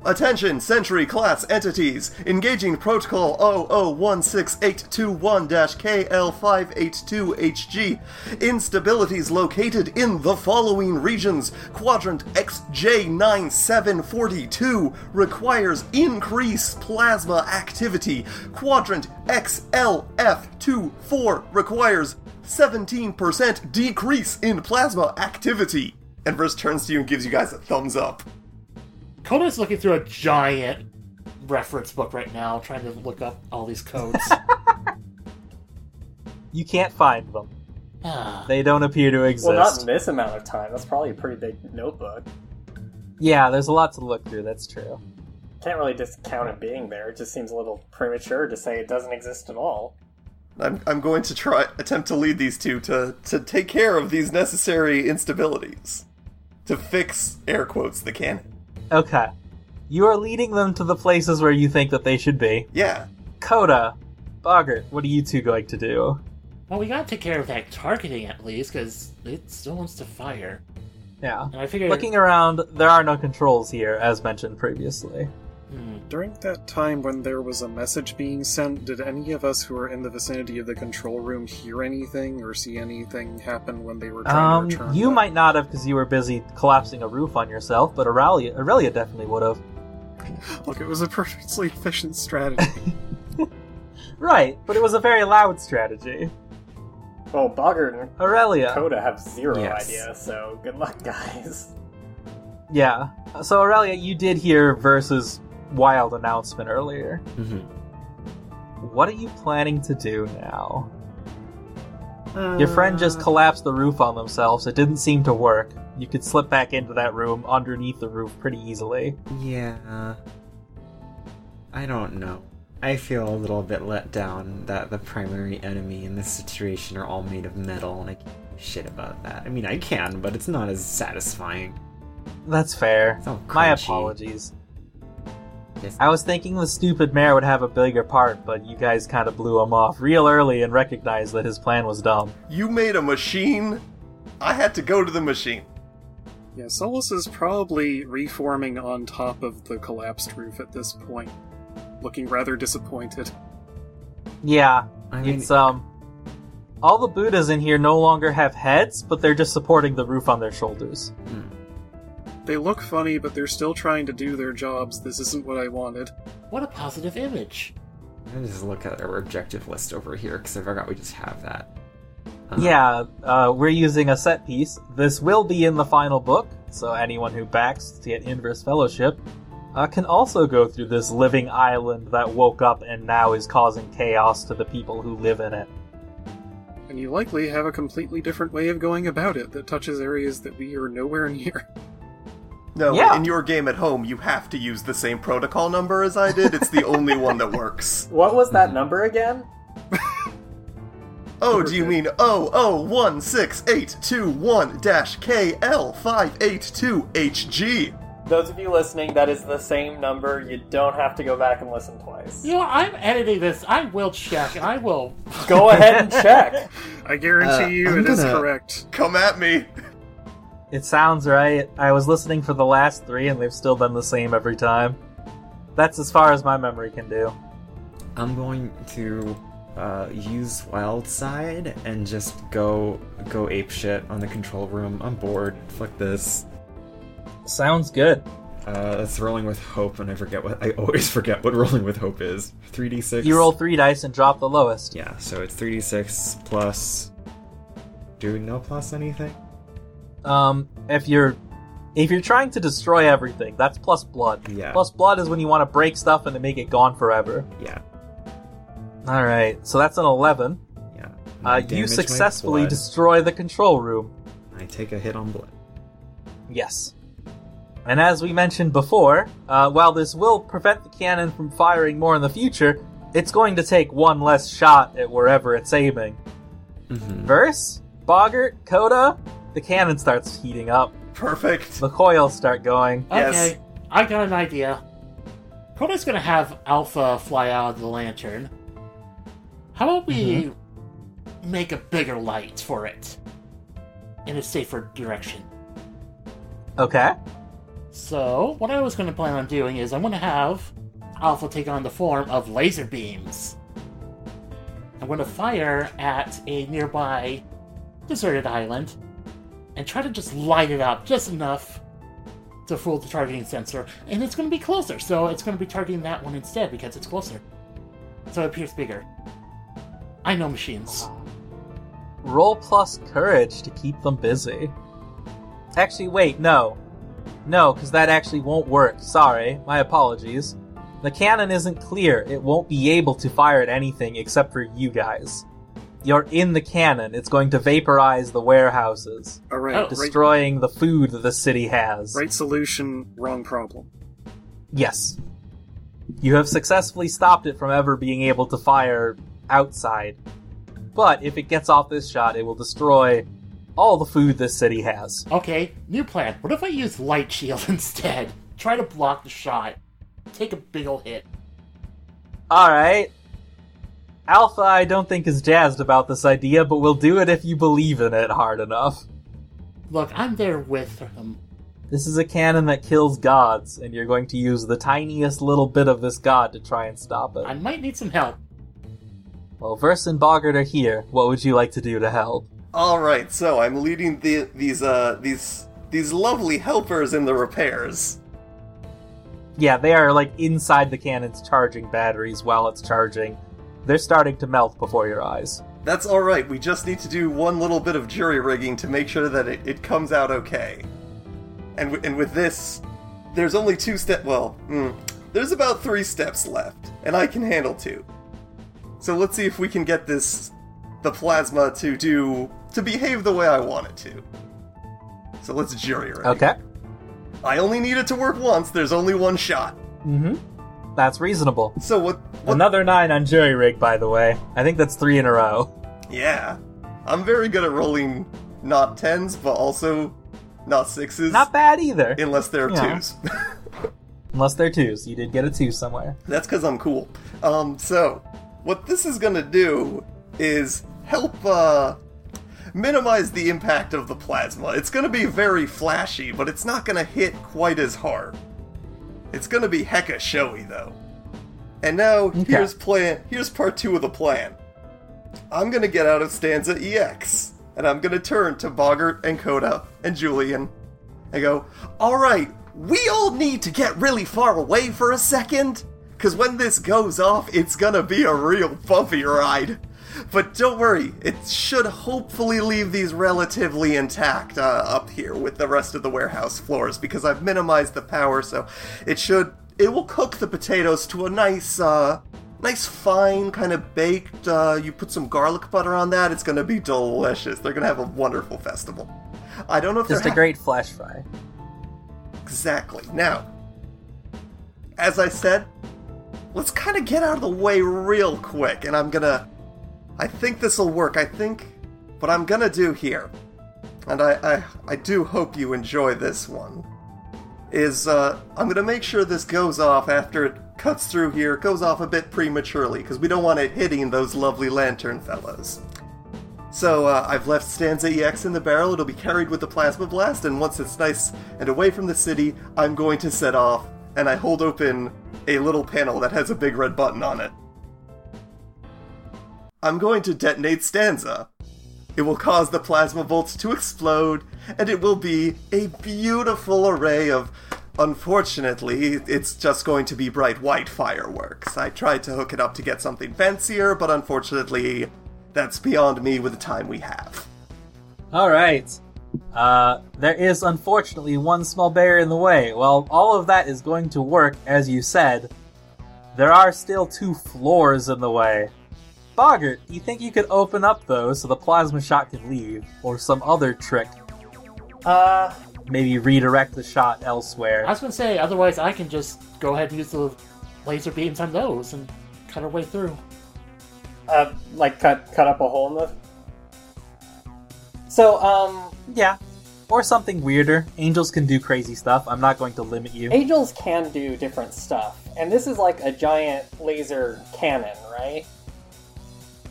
Speaker 6: Attention, Sentry class entities engaging protocol 0016821-KL582HG. Instabilities located in the following regions. Quadrant XJ9742 requires increased plasma activity. Quadrant XLF24 requires 17% decrease in plasma activity. And Verse turns to you and gives you guys a thumbs up.
Speaker 4: Coda's looking through a giant reference book right now, trying to look up all these codes.
Speaker 2: You can't find them.
Speaker 4: Ah,
Speaker 2: They don't appear to exist.
Speaker 5: well not in this amount of time. That's probably a pretty big notebook.
Speaker 2: yeah, there's a lot to look through, that's true.
Speaker 5: Can't really discount it being there. It just seems a little premature to say it doesn't exist at all.
Speaker 6: I'm, I'm going to try attempt to lead these two to to take care of these necessary instabilities to fix air quotes the cannon.
Speaker 2: Okay. You are leading them to the places where you think that they should be.
Speaker 6: Yeah,
Speaker 2: Coda, Boggart, what are you two going to do?
Speaker 4: well, we gotta take care of that targeting at least because it still wants to fire.
Speaker 2: Yeah.
Speaker 4: And I figure
Speaker 2: Looking around, there are no controls here, as mentioned previously.
Speaker 4: Hmm.
Speaker 1: During that time when there was a message being sent, did any of us who were in the vicinity of the control room hear anything or see anything happen when they were trying
Speaker 2: Um,
Speaker 1: to return?
Speaker 2: you
Speaker 1: that?
Speaker 2: might not have because you were busy collapsing a roof on yourself, but Aurelia, Aurelia definitely would have.
Speaker 1: Look, it was a perfectly efficient strategy.
Speaker 2: Right, but it was a very loud strategy.
Speaker 5: Well, Bogger and
Speaker 2: Aurelia.
Speaker 5: Coda have zero
Speaker 7: Yes.
Speaker 5: idea, so good luck, *laughs* guys.
Speaker 2: Yeah. So Aurelia, you did hear Versus wild announcement earlier.
Speaker 1: Mm-hmm.
Speaker 7: Mhm.
Speaker 2: What are you planning to do now? Your friend just collapsed the roof on themselves. It didn't seem to work. You could slip back into that room underneath the roof pretty easily.
Speaker 7: Yeah. I don't know. I feel a little bit let down that the primary enemy in this situation are all made of metal, and I can't do shit about that. I mean, I can, but it's not as satisfying.
Speaker 2: That's fair.
Speaker 7: It's all
Speaker 2: My
Speaker 7: crunchy.
Speaker 2: apologies.
Speaker 7: Yes.
Speaker 2: I was thinking the stupid mayor would have a bigger part, but you guys kind of blew him off real early and recognized that his plan was dumb.
Speaker 6: you made a machine. I had to go to the machine.
Speaker 1: yeah, Solus is probably reforming on top of the collapsed roof at this point, looking rather disappointed.
Speaker 2: Yeah,
Speaker 7: I mean,
Speaker 2: it's um. All the Buddhas in here no longer have heads, but they're just supporting the roof on their shoulders.
Speaker 1: They look funny, but they're still trying to do their jobs. This isn't what I wanted.
Speaker 4: what a positive image.
Speaker 2: uh,
Speaker 7: let me just look at our objective list over here because I forgot we just have that. Uh,
Speaker 2: Yeah, uh, we're using a set piece. This will be in the final book, so anyone who backs to get Inverse Fellowship uh, can also go through this living island that woke up and now is causing chaos to the people who live in it.
Speaker 1: And you likely have a completely different way of going about it that touches areas that we are nowhere *laughs* near.
Speaker 6: No,
Speaker 2: Yeah.
Speaker 6: in your game at home, you have to use the same protocol number as I did. It's the only one that works.
Speaker 5: What was that number again?
Speaker 6: Oh, do you mean 0016821-KL582HG?
Speaker 5: Those of you listening, that is the same number. You don't have to go back and listen twice.
Speaker 4: You know, I'm editing this. I will check. I will.
Speaker 5: Go ahead and check. *laughs*
Speaker 1: I guarantee
Speaker 7: Uh,
Speaker 1: you
Speaker 7: I'm
Speaker 1: it is
Speaker 7: gonna-
Speaker 1: correct.
Speaker 6: Come at me.
Speaker 2: It sounds right. I was listening for the last three, and they've still been the same every time. That's as far as my memory can do.
Speaker 7: I'm going to uh, use wild side and just go go ape shit on the control room. I'm bored. Fuck this.
Speaker 2: Sounds good.
Speaker 7: Uh, it's rolling with hope, and I forget what I always *laughs* forget what rolling with hope is. Three d six.
Speaker 2: You roll three dice and drop the lowest.
Speaker 7: Yeah, so it's three d six plus. Do no plus anything?
Speaker 2: Um, if you're if you're trying to destroy everything, that's plus blood.
Speaker 7: Yeah.
Speaker 2: Plus blood is when you want to break stuff and to make it gone forever.
Speaker 7: Yeah,
Speaker 2: All right. So that's an eleven.
Speaker 7: yeah. I
Speaker 2: Uh,
Speaker 7: damage my
Speaker 2: you successfully
Speaker 7: blood.
Speaker 2: destroy the control room.
Speaker 7: I take a hit on blood.
Speaker 2: Yes. And as we mentioned before, uh, while this will prevent the cannon from firing more in the future, it's going to take one less shot at wherever it's aiming.
Speaker 7: Mhm.
Speaker 2: Verse, Boggart, Coda, the cannon starts heating up,
Speaker 6: Perfect.
Speaker 2: the coils start going.
Speaker 6: Yes.
Speaker 4: Okay, I got an idea. Koda's gonna have Alpha fly out of the lantern. How about we make a bigger light for it in a safer direction?
Speaker 2: Okay.
Speaker 4: So, what I was gonna plan on doing is I'm gonna have Alpha take on the form of laser beams. I'm gonna fire at a nearby deserted island and try to just light it up just enough to fool the targeting sensor. And it's gonna be closer, so it's gonna be targeting that one instead because it's closer. So it appears bigger. I know machines.
Speaker 2: Roll plus courage to keep them busy. Actually, wait, no. No, because that actually won't work. Sorry, my apologies. The cannon isn't clear. It won't be able to fire at anything except for you guys. You're in the cannon. It's going to vaporize the warehouses,
Speaker 1: All right,
Speaker 4: Oh.
Speaker 1: right-
Speaker 2: destroying the food that the city has.
Speaker 1: right solution, wrong problem.
Speaker 2: Yes. You have successfully stopped it from ever being able to fire outside. But if it gets off this shot, it will destroy all the food this city has.
Speaker 4: Okay, new plan. What if I use light shield *laughs* instead? Try to block the shot. Take a big ol' hit.
Speaker 2: Alright. Alpha, I don't think, is jazzed about this idea, but we'll do it if you believe in it hard enough.
Speaker 4: Look, I'm there with him.
Speaker 2: This is a cannon that kills gods, and you're going to use the tiniest little bit of this god to try and stop
Speaker 4: I
Speaker 2: it.
Speaker 4: might need some help.
Speaker 2: Well, Verse and Boggart are here. What would you like to do to help?
Speaker 6: All right, so I'm leading the, these uh these these lovely helpers in the repairs.
Speaker 2: Yeah, they are like inside the cannon's charging batteries while it's charging. They're starting to melt before your eyes.
Speaker 6: That's all right. We just need to do one little bit of jury rigging to make sure that it, it comes out okay. And w- and with this, there's only two step. Well, mm, there's about three steps left, and I can handle two. So let's see if we can get this the plasma to do to behave the way I want it to. So let's jury rig.
Speaker 2: Okay.
Speaker 6: I only need it to work once. There's only one shot.
Speaker 2: Mm-hmm. That's reasonable.
Speaker 6: So what? what
Speaker 2: Another nine on jury rig, by the way. I think that's three in a row.
Speaker 6: Yeah. I'm very good at rolling not tens, but also not sixes.
Speaker 2: Not bad either.
Speaker 6: unless they're
Speaker 2: Yeah.
Speaker 6: twos.
Speaker 2: Unless they're twos. You did get a two somewhere.
Speaker 6: That's because I'm cool. Um, so what this is gonna do is help uh, minimize the impact of the plasma. It's gonna be very flashy, but it's not gonna hit quite as hard. It's gonna be hecka showy though. And now here's plan. Here's part two of the plan. I'm gonna get out of stanza EX, and I'm gonna turn to Boggart and Coda and Julian I go, all right, we all need to get really far away for a second, because when this goes off, it's gonna be a real bumpy ride. But don't worry, it should hopefully leave these relatively intact uh, up here with the rest of the warehouse floors, because I've minimized the power, so it should. It will cook the potatoes to a nice, uh, nice fine kind of baked. Uh, you put some garlic butter on that; it's gonna be delicious. They're gonna have a wonderful festival. I don't know if
Speaker 2: Just
Speaker 6: they're
Speaker 2: a
Speaker 6: ha-
Speaker 2: great flash fry.
Speaker 6: Exactly. Now, as I said, let's kind of get out of the way real quick, and I'm gonna. I think this'll work. I think what I'm gonna do here, and I, I, I do hope you enjoy this one, is uh, I'm gonna make sure this goes off after it cuts through here, goes off a bit prematurely, because we don't want it hitting those lovely lantern fellows. So uh, I've left Stanza EX in the barrel. It'll be carried with the plasma blast, and once it's nice and away from the city, I'm going to set off. And I hold open a little panel that has a big red button on it. I'm going to detonate Stanza. It will cause the plasma bolts to explode, and it will be a beautiful array of. Unfortunately, it's just going to be bright white fireworks. I tried to hook it up to get something fancier, but unfortunately, that's beyond me with the time we have.
Speaker 2: All right. Uh, there is unfortunately one small barrier in the way. Well, all of that is going to work, as you said. There are still two floors in the way. Boggart, do you think you could open up those so the plasma shot could leave, or some other trick?
Speaker 4: Uh,
Speaker 2: Maybe redirect the shot elsewhere.
Speaker 4: I was gonna say, otherwise I can just go ahead and use the laser beams on those and cut our way through.
Speaker 5: Uh, like cut cut up a hole in the. So um,
Speaker 2: Yeah. Or something weirder. Angels can do crazy stuff. I'm not going to limit you.
Speaker 5: angels can do different stuff, and this is like a giant laser cannon, right?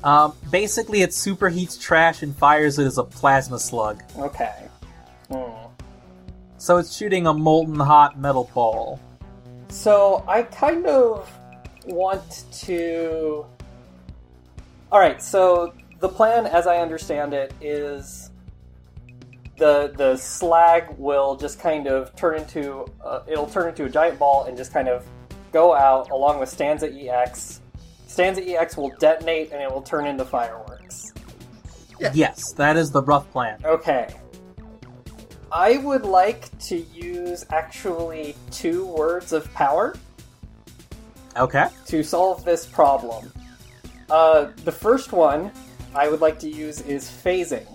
Speaker 2: Um, basically, it superheats trash and fires it as a plasma slug.
Speaker 5: Okay. Hmm.
Speaker 2: So it's shooting a molten hot metal ball.
Speaker 5: So I kind of want to. All right. So the plan, as I understand it, is the the slag will just kind of turn into uh, it'll turn into a giant ball and just kind of go out along with Stanza EX. Stanza EX will detonate and it will turn into fireworks.
Speaker 2: Yes, that is the rough plan.
Speaker 5: Okay. I would like to use actually two words of power.
Speaker 2: Okay.
Speaker 5: to solve this problem. Uh, the first one I would like to use is phasing.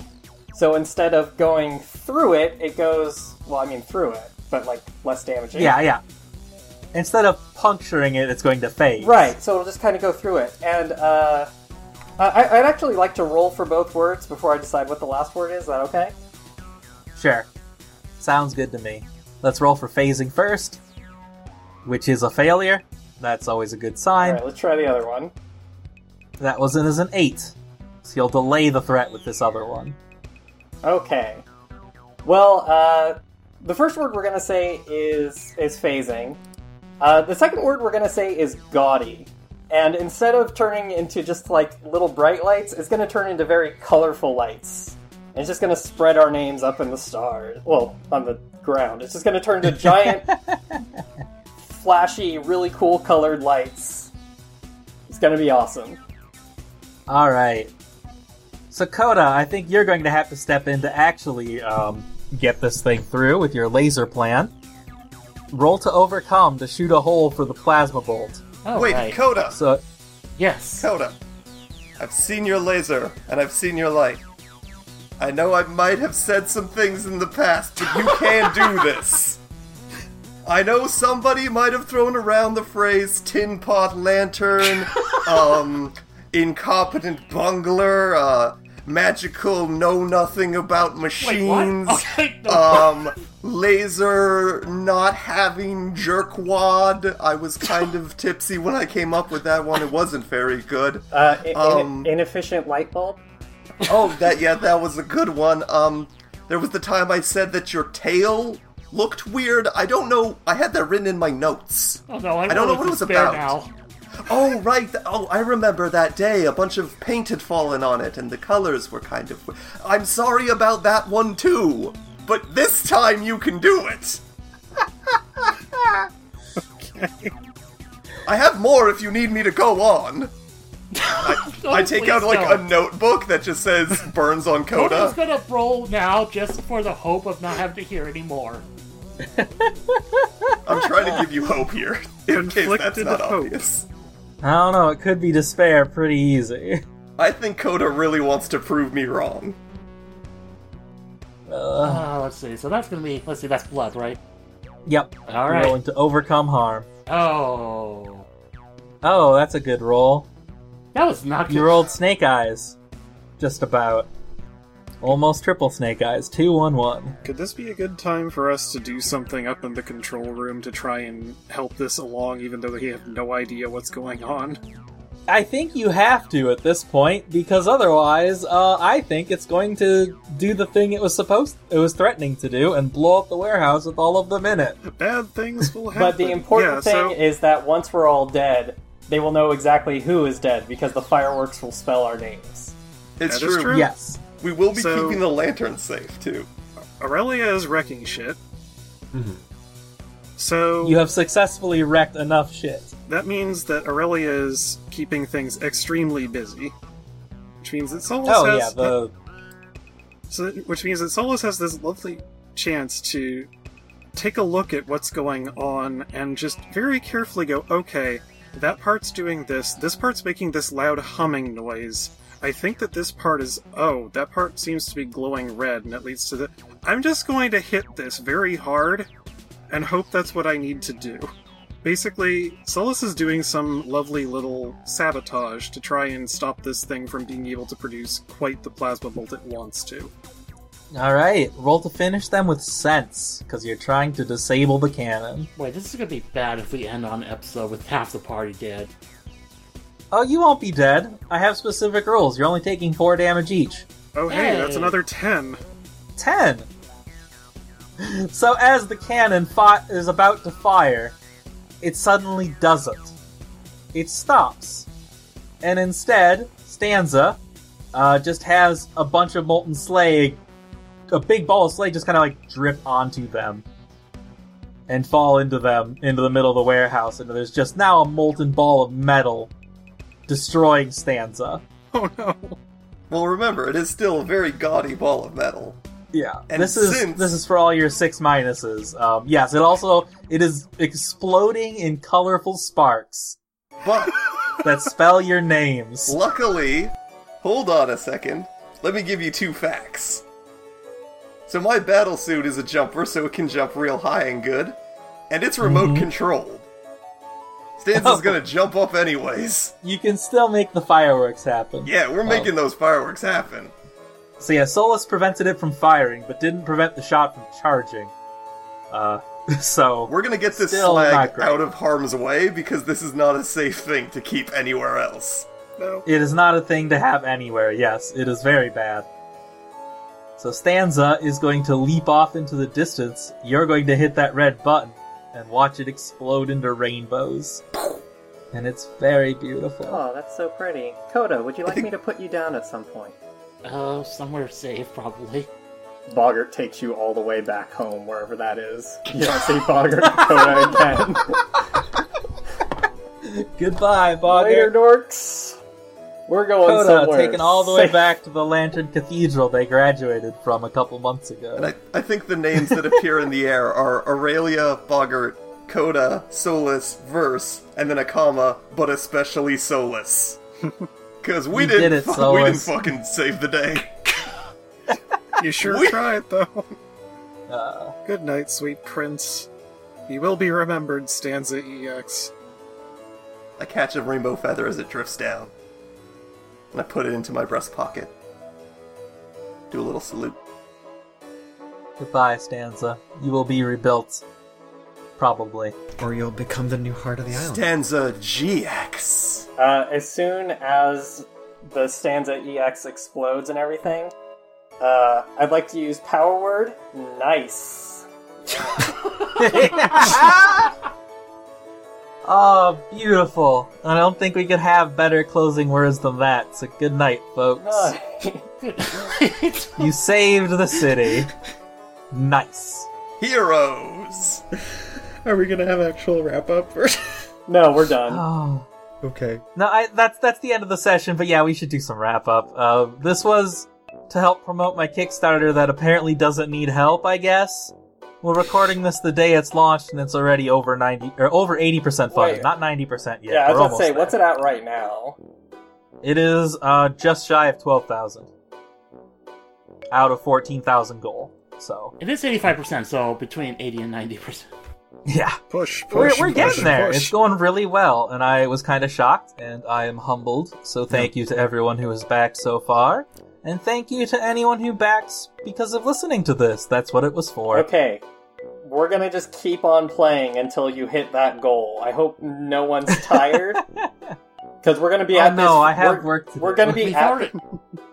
Speaker 5: So instead of going through it, it goes, well, I mean, through it, but like less damaging.
Speaker 2: Yeah, yeah. Instead of puncturing it, it's going to fade.
Speaker 5: Right, so it'll just kind of go through it. And uh, I- I- I'd actually like to roll for both words before I decide what the last word is. Is that okay?
Speaker 2: Sure. Sounds good to me. Let's roll for phasing first, which is a failure. That's always a good sign.
Speaker 5: Alright, let's try the other one.
Speaker 2: That was an, is an 8. So you'll delay the threat with this other one.
Speaker 5: Okay. Well, uh, the first word we're gonna say is is phasing. Uh, the second word we're gonna say is gaudy, and instead of turning into just like little bright lights, it's gonna turn into very colorful lights. And it's just gonna spread our names up in the stars. Well, on the ground. It's just gonna turn into giant, flashy, really cool colored lights. It's gonna be awesome.
Speaker 2: Alright. So, Coda, I think you're going to have to step in to actually um, get this thing through with your laser plan. Roll to overcome to shoot a hole for the plasma bolt.
Speaker 4: All
Speaker 6: Wait,
Speaker 4: right.
Speaker 6: Coda!
Speaker 2: So,
Speaker 4: yes.
Speaker 6: Coda! I've seen your laser, and I've seen your light. I know I might have said some things in the past, but you
Speaker 4: *laughs*
Speaker 6: can do this! I know somebody might have thrown around the phrase tin
Speaker 4: *laughs*
Speaker 6: pot lantern, um, incompetent bungler, uh, magical know nothing about
Speaker 4: Wait, what?
Speaker 6: machines.
Speaker 4: *laughs* Okay, no.
Speaker 6: um, laser not having jerkwad. I was kind of tipsy when I came up with that one. It wasn't very good.
Speaker 5: Uh, in- in-
Speaker 6: Um,
Speaker 5: inefficient light bulb.
Speaker 6: Oh, that yeah, that was a good one. Um, there was the time I said that your tail looked weird. I don't know. I had that written in my notes.
Speaker 4: oh, no, I'm
Speaker 6: I don't know
Speaker 4: really
Speaker 6: what it was
Speaker 4: despair
Speaker 6: about.
Speaker 4: Now.
Speaker 6: Oh right. th- Oh, I remember that day. A bunch of paint had fallen on it, and the colors were kind of. we- I'm sorry about that one too. But this time you can do it. I have more if you need me to go on. *laughs* I, I take
Speaker 4: please
Speaker 6: out like
Speaker 4: don't.
Speaker 6: a notebook that just says "Burns on
Speaker 4: Coda's
Speaker 6: Coda."
Speaker 4: gonna roll now just for the hope of not having to hear
Speaker 6: *sighs*
Speaker 4: anymore.
Speaker 6: I'm trying to give you
Speaker 1: *laughs*
Speaker 6: hope here, in case that's
Speaker 1: Conflicted
Speaker 6: not
Speaker 1: hope.
Speaker 6: obvious.
Speaker 2: I don't know, it could be despair pretty easy.
Speaker 6: I think Coda really wants to prove me wrong.
Speaker 4: Uh, let's see. So that's gonna be. Let's see. That's blood, right?
Speaker 2: *laughs* Yep.
Speaker 4: All right.
Speaker 2: Rolling to overcome harm.
Speaker 4: Oh,
Speaker 2: Oh, that's a good roll.
Speaker 4: that was not good.
Speaker 2: You rolled snake eyes. Just about. Almost triple snake eyes. Two, one, one.
Speaker 1: Could this be a good time for us to do something up in the control room to try and help this along, even though they have no idea what's going on?
Speaker 2: I think you have to at this point because otherwise, uh, I think it's going to do the thing it was supposed, it was threatening to do, and blow up the warehouse with all of them in it.
Speaker 1: Bad things will happen.
Speaker 9: But the important
Speaker 1: Yeah,
Speaker 9: thing
Speaker 1: so-
Speaker 9: is that once we're all dead, they will know exactly who is dead because the fireworks will spell our names.
Speaker 6: It's
Speaker 1: That is
Speaker 6: true.
Speaker 1: true.
Speaker 2: Yes.
Speaker 6: We will be
Speaker 1: So-
Speaker 6: keeping the lantern safe too.
Speaker 1: Aurelia is wrecking shit. So
Speaker 2: You have successfully wrecked enough shit.
Speaker 1: that means that Aurelia is keeping things extremely busy, which means that Solus
Speaker 2: Oh
Speaker 1: has
Speaker 2: yeah, the
Speaker 1: so, which means that Solus has this lovely chance to take a look at what's going on and just very carefully go, okay, that part's doing this, this part's making this loud humming noise. I think that this part is oh, that part seems to be glowing red, and it leads to the I'm just going to hit this very hard and hope that's what I need to do. Basically, Solus is doing some lovely little sabotage to try and stop this thing from being able to produce quite the plasma bolt it wants to.
Speaker 2: all right. Roll to finish them with sense because you're trying to disable the cannon.
Speaker 4: Wait, this is gonna be bad if we end on an episode with half the party dead.
Speaker 2: Oh, you won't be dead. I have specific rules. You're only taking four damage each.
Speaker 1: Oh, hey, that's
Speaker 4: Hey.
Speaker 1: another 10.
Speaker 2: 10. So as the cannon fi- is about to fire, it suddenly doesn't. It stops. And instead, Stanza uh, just has a bunch of molten slay, a big ball of slay just kind of like drip onto them and fall into them, into the middle of the warehouse. And there's just now a molten ball of metal destroying Stanza.
Speaker 1: Oh no.
Speaker 6: Well, remember, it is still a very gaudy ball of metal.
Speaker 2: Yeah,
Speaker 6: And
Speaker 2: this is
Speaker 6: since-
Speaker 2: this is for all your six minuses. Um, yes, it also it is exploding in colorful sparks *laughs*
Speaker 6: But *laughs*
Speaker 2: that spell your names.
Speaker 6: luckily, hold on a second. Let me give you two facts. So my battle suit is a jumper, so it can jump real high and good, and it's remote controlled. Stanza's
Speaker 2: Mm-hmm. Oh.
Speaker 6: gonna jump up anyways.
Speaker 2: You can still make the fireworks happen. Um,
Speaker 6: Yeah, we're making those fireworks happen.
Speaker 2: So yeah, Solus prevented it from firing, but didn't prevent the shot from charging. Uh, *laughs* so
Speaker 6: We're gonna get this
Speaker 2: Still not
Speaker 6: slag
Speaker 2: great.
Speaker 6: out of harm's way because this is not a safe thing to keep anywhere else.
Speaker 1: No.
Speaker 2: it is not a thing to have anywhere. Yes, it is very bad. So Stanza is going to leap off into the distance. You're going to hit that red button and watch it explode into rainbows. And it's very beautiful.
Speaker 5: Oh, that's so pretty. Coda, would you like me to put you down at some point?
Speaker 4: Uh, somewhere safe, probably.
Speaker 5: *laughs* Boggart takes you all the way back home, wherever that is. You don't see Boggart and *laughs* Coda again.
Speaker 2: Goodbye,
Speaker 5: Later,
Speaker 2: Bogger.
Speaker 5: dorks. We're going
Speaker 2: Coda,
Speaker 5: somewhere.
Speaker 2: taken all the way
Speaker 5: safe.
Speaker 2: back to the Lantern Cathedral they graduated from a couple months
Speaker 6: And
Speaker 2: ago.
Speaker 6: I, I think the names that appear in the air are Aurelia, Bogart, Coda, Solus, Verse, and then a comma, but especially *laughs* Solus. Because we,
Speaker 2: You did
Speaker 6: didn't
Speaker 2: it,
Speaker 6: fu- we didn't
Speaker 2: Solus.
Speaker 6: fucking save the day.
Speaker 1: You sure
Speaker 6: We-
Speaker 1: tried, though.
Speaker 2: Uh,
Speaker 1: Good night, sweet prince. You will be remembered, Stanza E EX.
Speaker 6: I catch a rainbow feather as it drifts down. And I put it into my breast pocket. Do a little salute.
Speaker 2: goodbye, Stanza. You will be rebuilt. Probably.
Speaker 7: Or you'll become the new heart of the island.
Speaker 6: Stanza GX.
Speaker 9: Uh, as soon as the stanza
Speaker 5: E
Speaker 9: EX explodes and everything, uh, I'd like to use power word. Nice.
Speaker 2: *laughs* Oh, beautiful. I don't think we could have better closing words than that, so good night, folks.
Speaker 5: *laughs*
Speaker 2: You saved the city. nice.
Speaker 6: Heroes!
Speaker 3: *laughs* Are we gonna have actual wrap up? Or...
Speaker 9: no, we're done.
Speaker 2: Oh.
Speaker 3: okay.
Speaker 2: No, I, that's that's the end of the session. But yeah, we should do some wrap up. Uh, this was to help promote my Kickstarter that apparently doesn't need help. I guess we're recording this the day it's launched, and it's already over ninety or over eighty percent funded.
Speaker 9: Wait.
Speaker 2: Not ninety percent yet.
Speaker 9: Yeah, I was
Speaker 2: We're
Speaker 9: about to say,
Speaker 2: almost
Speaker 9: what's
Speaker 2: there.
Speaker 9: it at right now?
Speaker 2: It is uh, just shy of twelve thousand out of fourteen thousand goal.
Speaker 1: *laughs*
Speaker 2: So
Speaker 4: It is 85%, so between 80 and 90%.
Speaker 9: *laughs*
Speaker 2: yeah.
Speaker 1: Push, push,
Speaker 2: We're, we're getting
Speaker 1: push,
Speaker 2: there.
Speaker 1: push.
Speaker 2: It's going really well, and I was kind of shocked, and I am humbled. So thank you to everyone who has backed so far, and thank you to anyone who backs because of listening to this. That's what it was for.
Speaker 9: Okay. We're gonna just
Speaker 2: *laughs*
Speaker 9: keep on playing until you hit that goal. I hope no one's tired. because we're gonna be
Speaker 2: Oh,
Speaker 9: at this.
Speaker 2: no, I have
Speaker 9: we're,
Speaker 2: work to
Speaker 9: We're
Speaker 2: do.
Speaker 9: gonna be
Speaker 4: We've
Speaker 9: at
Speaker 4: already-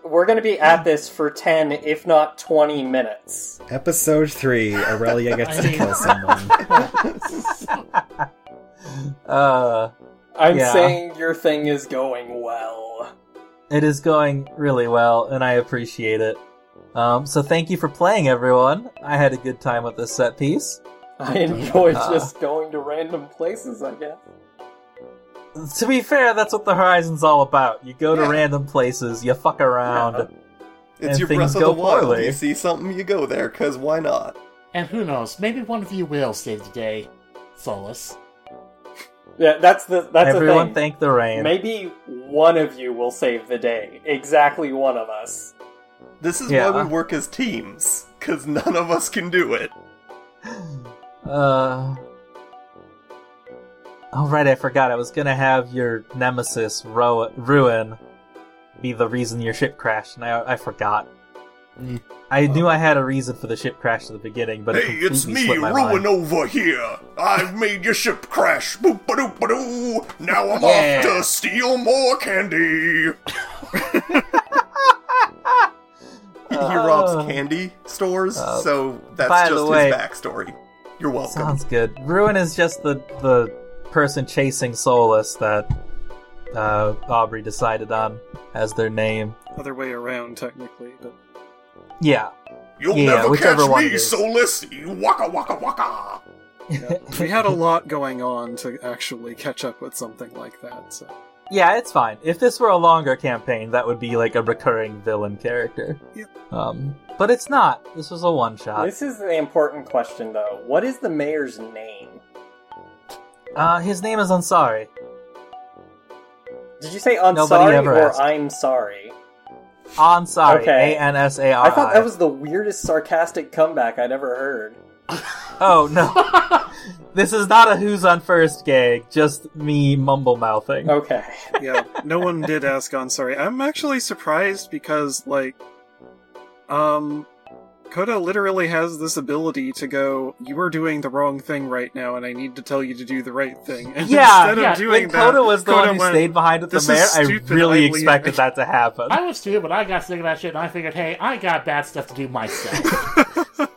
Speaker 9: we're gonna be at this for ten, if not twenty minutes.
Speaker 7: Episode three, Aurelia gets to
Speaker 4: I-
Speaker 7: kill someone. *laughs*
Speaker 2: Uh,
Speaker 9: I'm
Speaker 2: Yeah.
Speaker 9: saying your thing is going well.
Speaker 2: it is going really well, and I appreciate it. Um, so thank you for playing, everyone. I had a good time with this set piece. *laughs*
Speaker 9: I enjoy
Speaker 2: Uh.
Speaker 9: just going to random places. I guess.
Speaker 2: To be fair, that's what the Horizon's all about. You go to
Speaker 6: Yeah.
Speaker 2: random places, you fuck around.
Speaker 6: It's
Speaker 2: And
Speaker 6: your
Speaker 2: things
Speaker 6: Breath of
Speaker 2: go
Speaker 6: the Wild.
Speaker 2: poorly.
Speaker 6: You see something, you go there, because why not?
Speaker 4: And who knows, maybe one of you will save the day, Solus.
Speaker 9: Yeah, that's the that's
Speaker 2: Everyone
Speaker 9: the thing.
Speaker 2: thank the rain.
Speaker 9: Maybe one of you will save the day. Exactly one of us.
Speaker 6: This is
Speaker 2: Yeah.
Speaker 6: why we work as teams, because none of us can do it.
Speaker 2: Uh. Oh, right, I forgot. I was gonna have your nemesis, Ro- Ruin, be the reason your ship crashed, and I, I forgot.
Speaker 7: Mm.
Speaker 2: I knew
Speaker 9: Uh.
Speaker 2: I had a reason for the ship crash at the beginning, but it *laughs*
Speaker 8: Hey, it's
Speaker 2: completely
Speaker 8: me,
Speaker 2: slipped my
Speaker 8: Ruin
Speaker 2: mind.
Speaker 8: over here. I've made your ship crash. Boop ba doop ba doo. Now I'm
Speaker 2: Yeah.
Speaker 8: off to steal more candy.
Speaker 6: He, he
Speaker 2: Uh,
Speaker 6: robs candy stores,
Speaker 2: uh,
Speaker 6: so
Speaker 2: by
Speaker 6: that's
Speaker 2: the
Speaker 6: just
Speaker 2: way-
Speaker 6: his backstory. You're welcome.
Speaker 2: Sounds good. Ruin is just the the person chasing Solus that uh, Aubrey decided on as their name.
Speaker 1: Other way around, technically, but
Speaker 2: Yeah.
Speaker 8: You'll
Speaker 2: Yeah,
Speaker 8: never
Speaker 2: whichever
Speaker 8: catch
Speaker 2: one
Speaker 8: me,
Speaker 2: it is.
Speaker 8: Solus. You waka waka waka.
Speaker 1: we had a lot going on to actually catch up with something like that. So.
Speaker 2: Yeah, it's fine. If this were a longer campaign, that would be like a recurring villain character.
Speaker 1: Yep.
Speaker 2: Um, but it's not. This was a one shot.
Speaker 9: This is the important question, though. What is the mayor's name?
Speaker 2: Uh, his name is Ansari.
Speaker 9: Did you say
Speaker 2: Nobody
Speaker 9: I'm sorry
Speaker 2: ever
Speaker 9: or
Speaker 2: asked.
Speaker 9: I'm sorry?
Speaker 2: Ansari.
Speaker 9: Okay.
Speaker 2: A N S A R.
Speaker 9: I thought that was the weirdest sarcastic comeback I'd ever heard.
Speaker 2: Oh no. *laughs* this is not a who's on first gag. Just me mumble mouthing. *laughs*
Speaker 9: Okay.
Speaker 1: yeah, no one did ask on sorry. I'm actually surprised because like um Coda literally has this ability to go, you are doing the wrong thing right now and I need to tell you to do the right thing. *laughs* And
Speaker 2: Yeah,
Speaker 1: instead
Speaker 4: yeah,
Speaker 1: of doing
Speaker 2: when Coda
Speaker 1: that,
Speaker 2: was the
Speaker 1: Coda
Speaker 2: one who
Speaker 1: went,
Speaker 2: stayed behind at the
Speaker 1: "This
Speaker 2: mayor,
Speaker 1: is
Speaker 2: I
Speaker 1: stupid,
Speaker 2: really
Speaker 1: I'm
Speaker 2: expected
Speaker 1: leaving."
Speaker 2: that to happen.
Speaker 4: I was too, but I got sick of that shit, and I figured, hey, I got bad stuff to
Speaker 9: *laughs*
Speaker 4: do myself.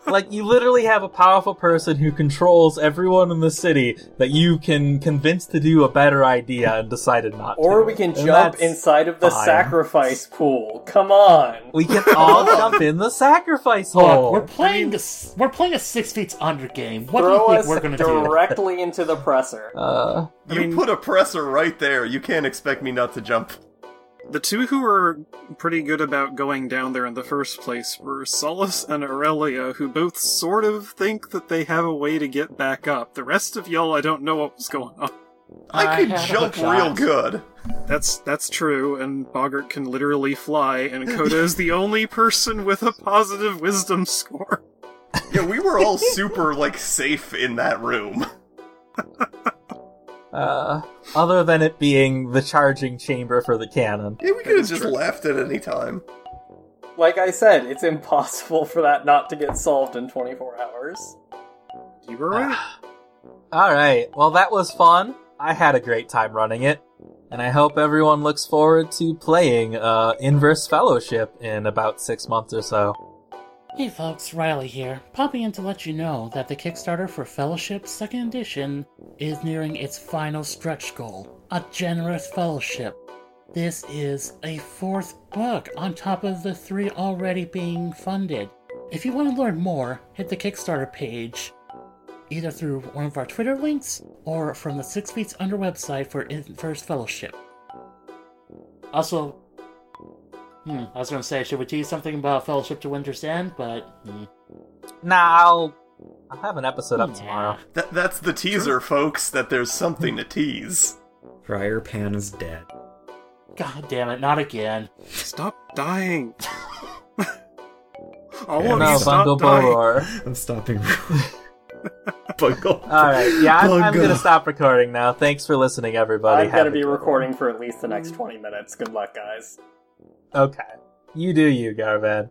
Speaker 2: like you literally have a powerful person who controls everyone in the city that you can convince to do a better idea and decided not to.
Speaker 9: Or we can
Speaker 2: And
Speaker 9: jump
Speaker 2: that's-
Speaker 9: inside of the
Speaker 2: fine.
Speaker 9: sacrifice pool. Come on.
Speaker 2: We can
Speaker 9: *laughs*
Speaker 2: all jump in the sacrifice
Speaker 4: Look,
Speaker 9: Oh.
Speaker 2: hole.
Speaker 4: we're playing this. We're playing a Six Feet Under game. What
Speaker 9: Throw
Speaker 4: do you
Speaker 9: us
Speaker 4: think we're gonna do?
Speaker 9: directly into the presser.
Speaker 2: uh,
Speaker 6: you put a presser right there. You can't expect me not to jump.
Speaker 1: The two who were pretty good about going down there in the first place were Solace and Aurelia, who both sort of think that they have a way to get back up. The rest of y'all, I don't know what was going on.
Speaker 6: I could
Speaker 4: have a
Speaker 6: jump
Speaker 4: shot.
Speaker 6: real good.
Speaker 1: That's that's true, and Boggart can literally fly, and Coda is the only person with a positive wisdom score.
Speaker 6: Yeah, we were all super like safe in that room.
Speaker 2: uh, other than it being the charging chamber for the cannon.
Speaker 6: Yeah, we could have just left at any time.
Speaker 9: Like I said, it's impossible for that not to get solved in 24 hours.
Speaker 1: You were right.
Speaker 2: All right. Well, that was fun. I had a great time running it, and I hope everyone looks forward to playing uh, Inverse Fellowship in about six months or so.
Speaker 4: Hey folks, Riley here, popping in to let you know that the Kickstarter for Fellowship 2nd Edition is nearing its final stretch goal a generous fellowship. This is a fourth book on top of the three already being funded. If you want to learn more, hit the Kickstarter page either through one of our Twitter links or from the Six Feet Under website for Inverse Fellowship. Also, hmm, I was going to say, should we tease something about Fellowship to Winter's End? But hmm,
Speaker 2: Nah, I'll I'll have an episode up tomorrow.
Speaker 6: That that's the teaser, folks. That there's something to tease.
Speaker 7: Friar Pan is dead.
Speaker 4: God damn it, not again.
Speaker 1: Stop dying. All
Speaker 7: Yeah,
Speaker 1: of
Speaker 2: No,
Speaker 1: you
Speaker 2: Bungo
Speaker 1: stop dying.
Speaker 2: Bolor.
Speaker 7: I'm stopping. Bungle.
Speaker 2: All right, yeah, I'm, I'm
Speaker 7: Bungle.
Speaker 2: gonna stop recording now. Thanks for listening, everybody.
Speaker 9: I'm
Speaker 2: Have
Speaker 9: gonna
Speaker 2: a
Speaker 9: be
Speaker 2: good one.
Speaker 9: recording for at least the next 20 minutes. Good luck, guys.
Speaker 2: Okay, you do you, Garved.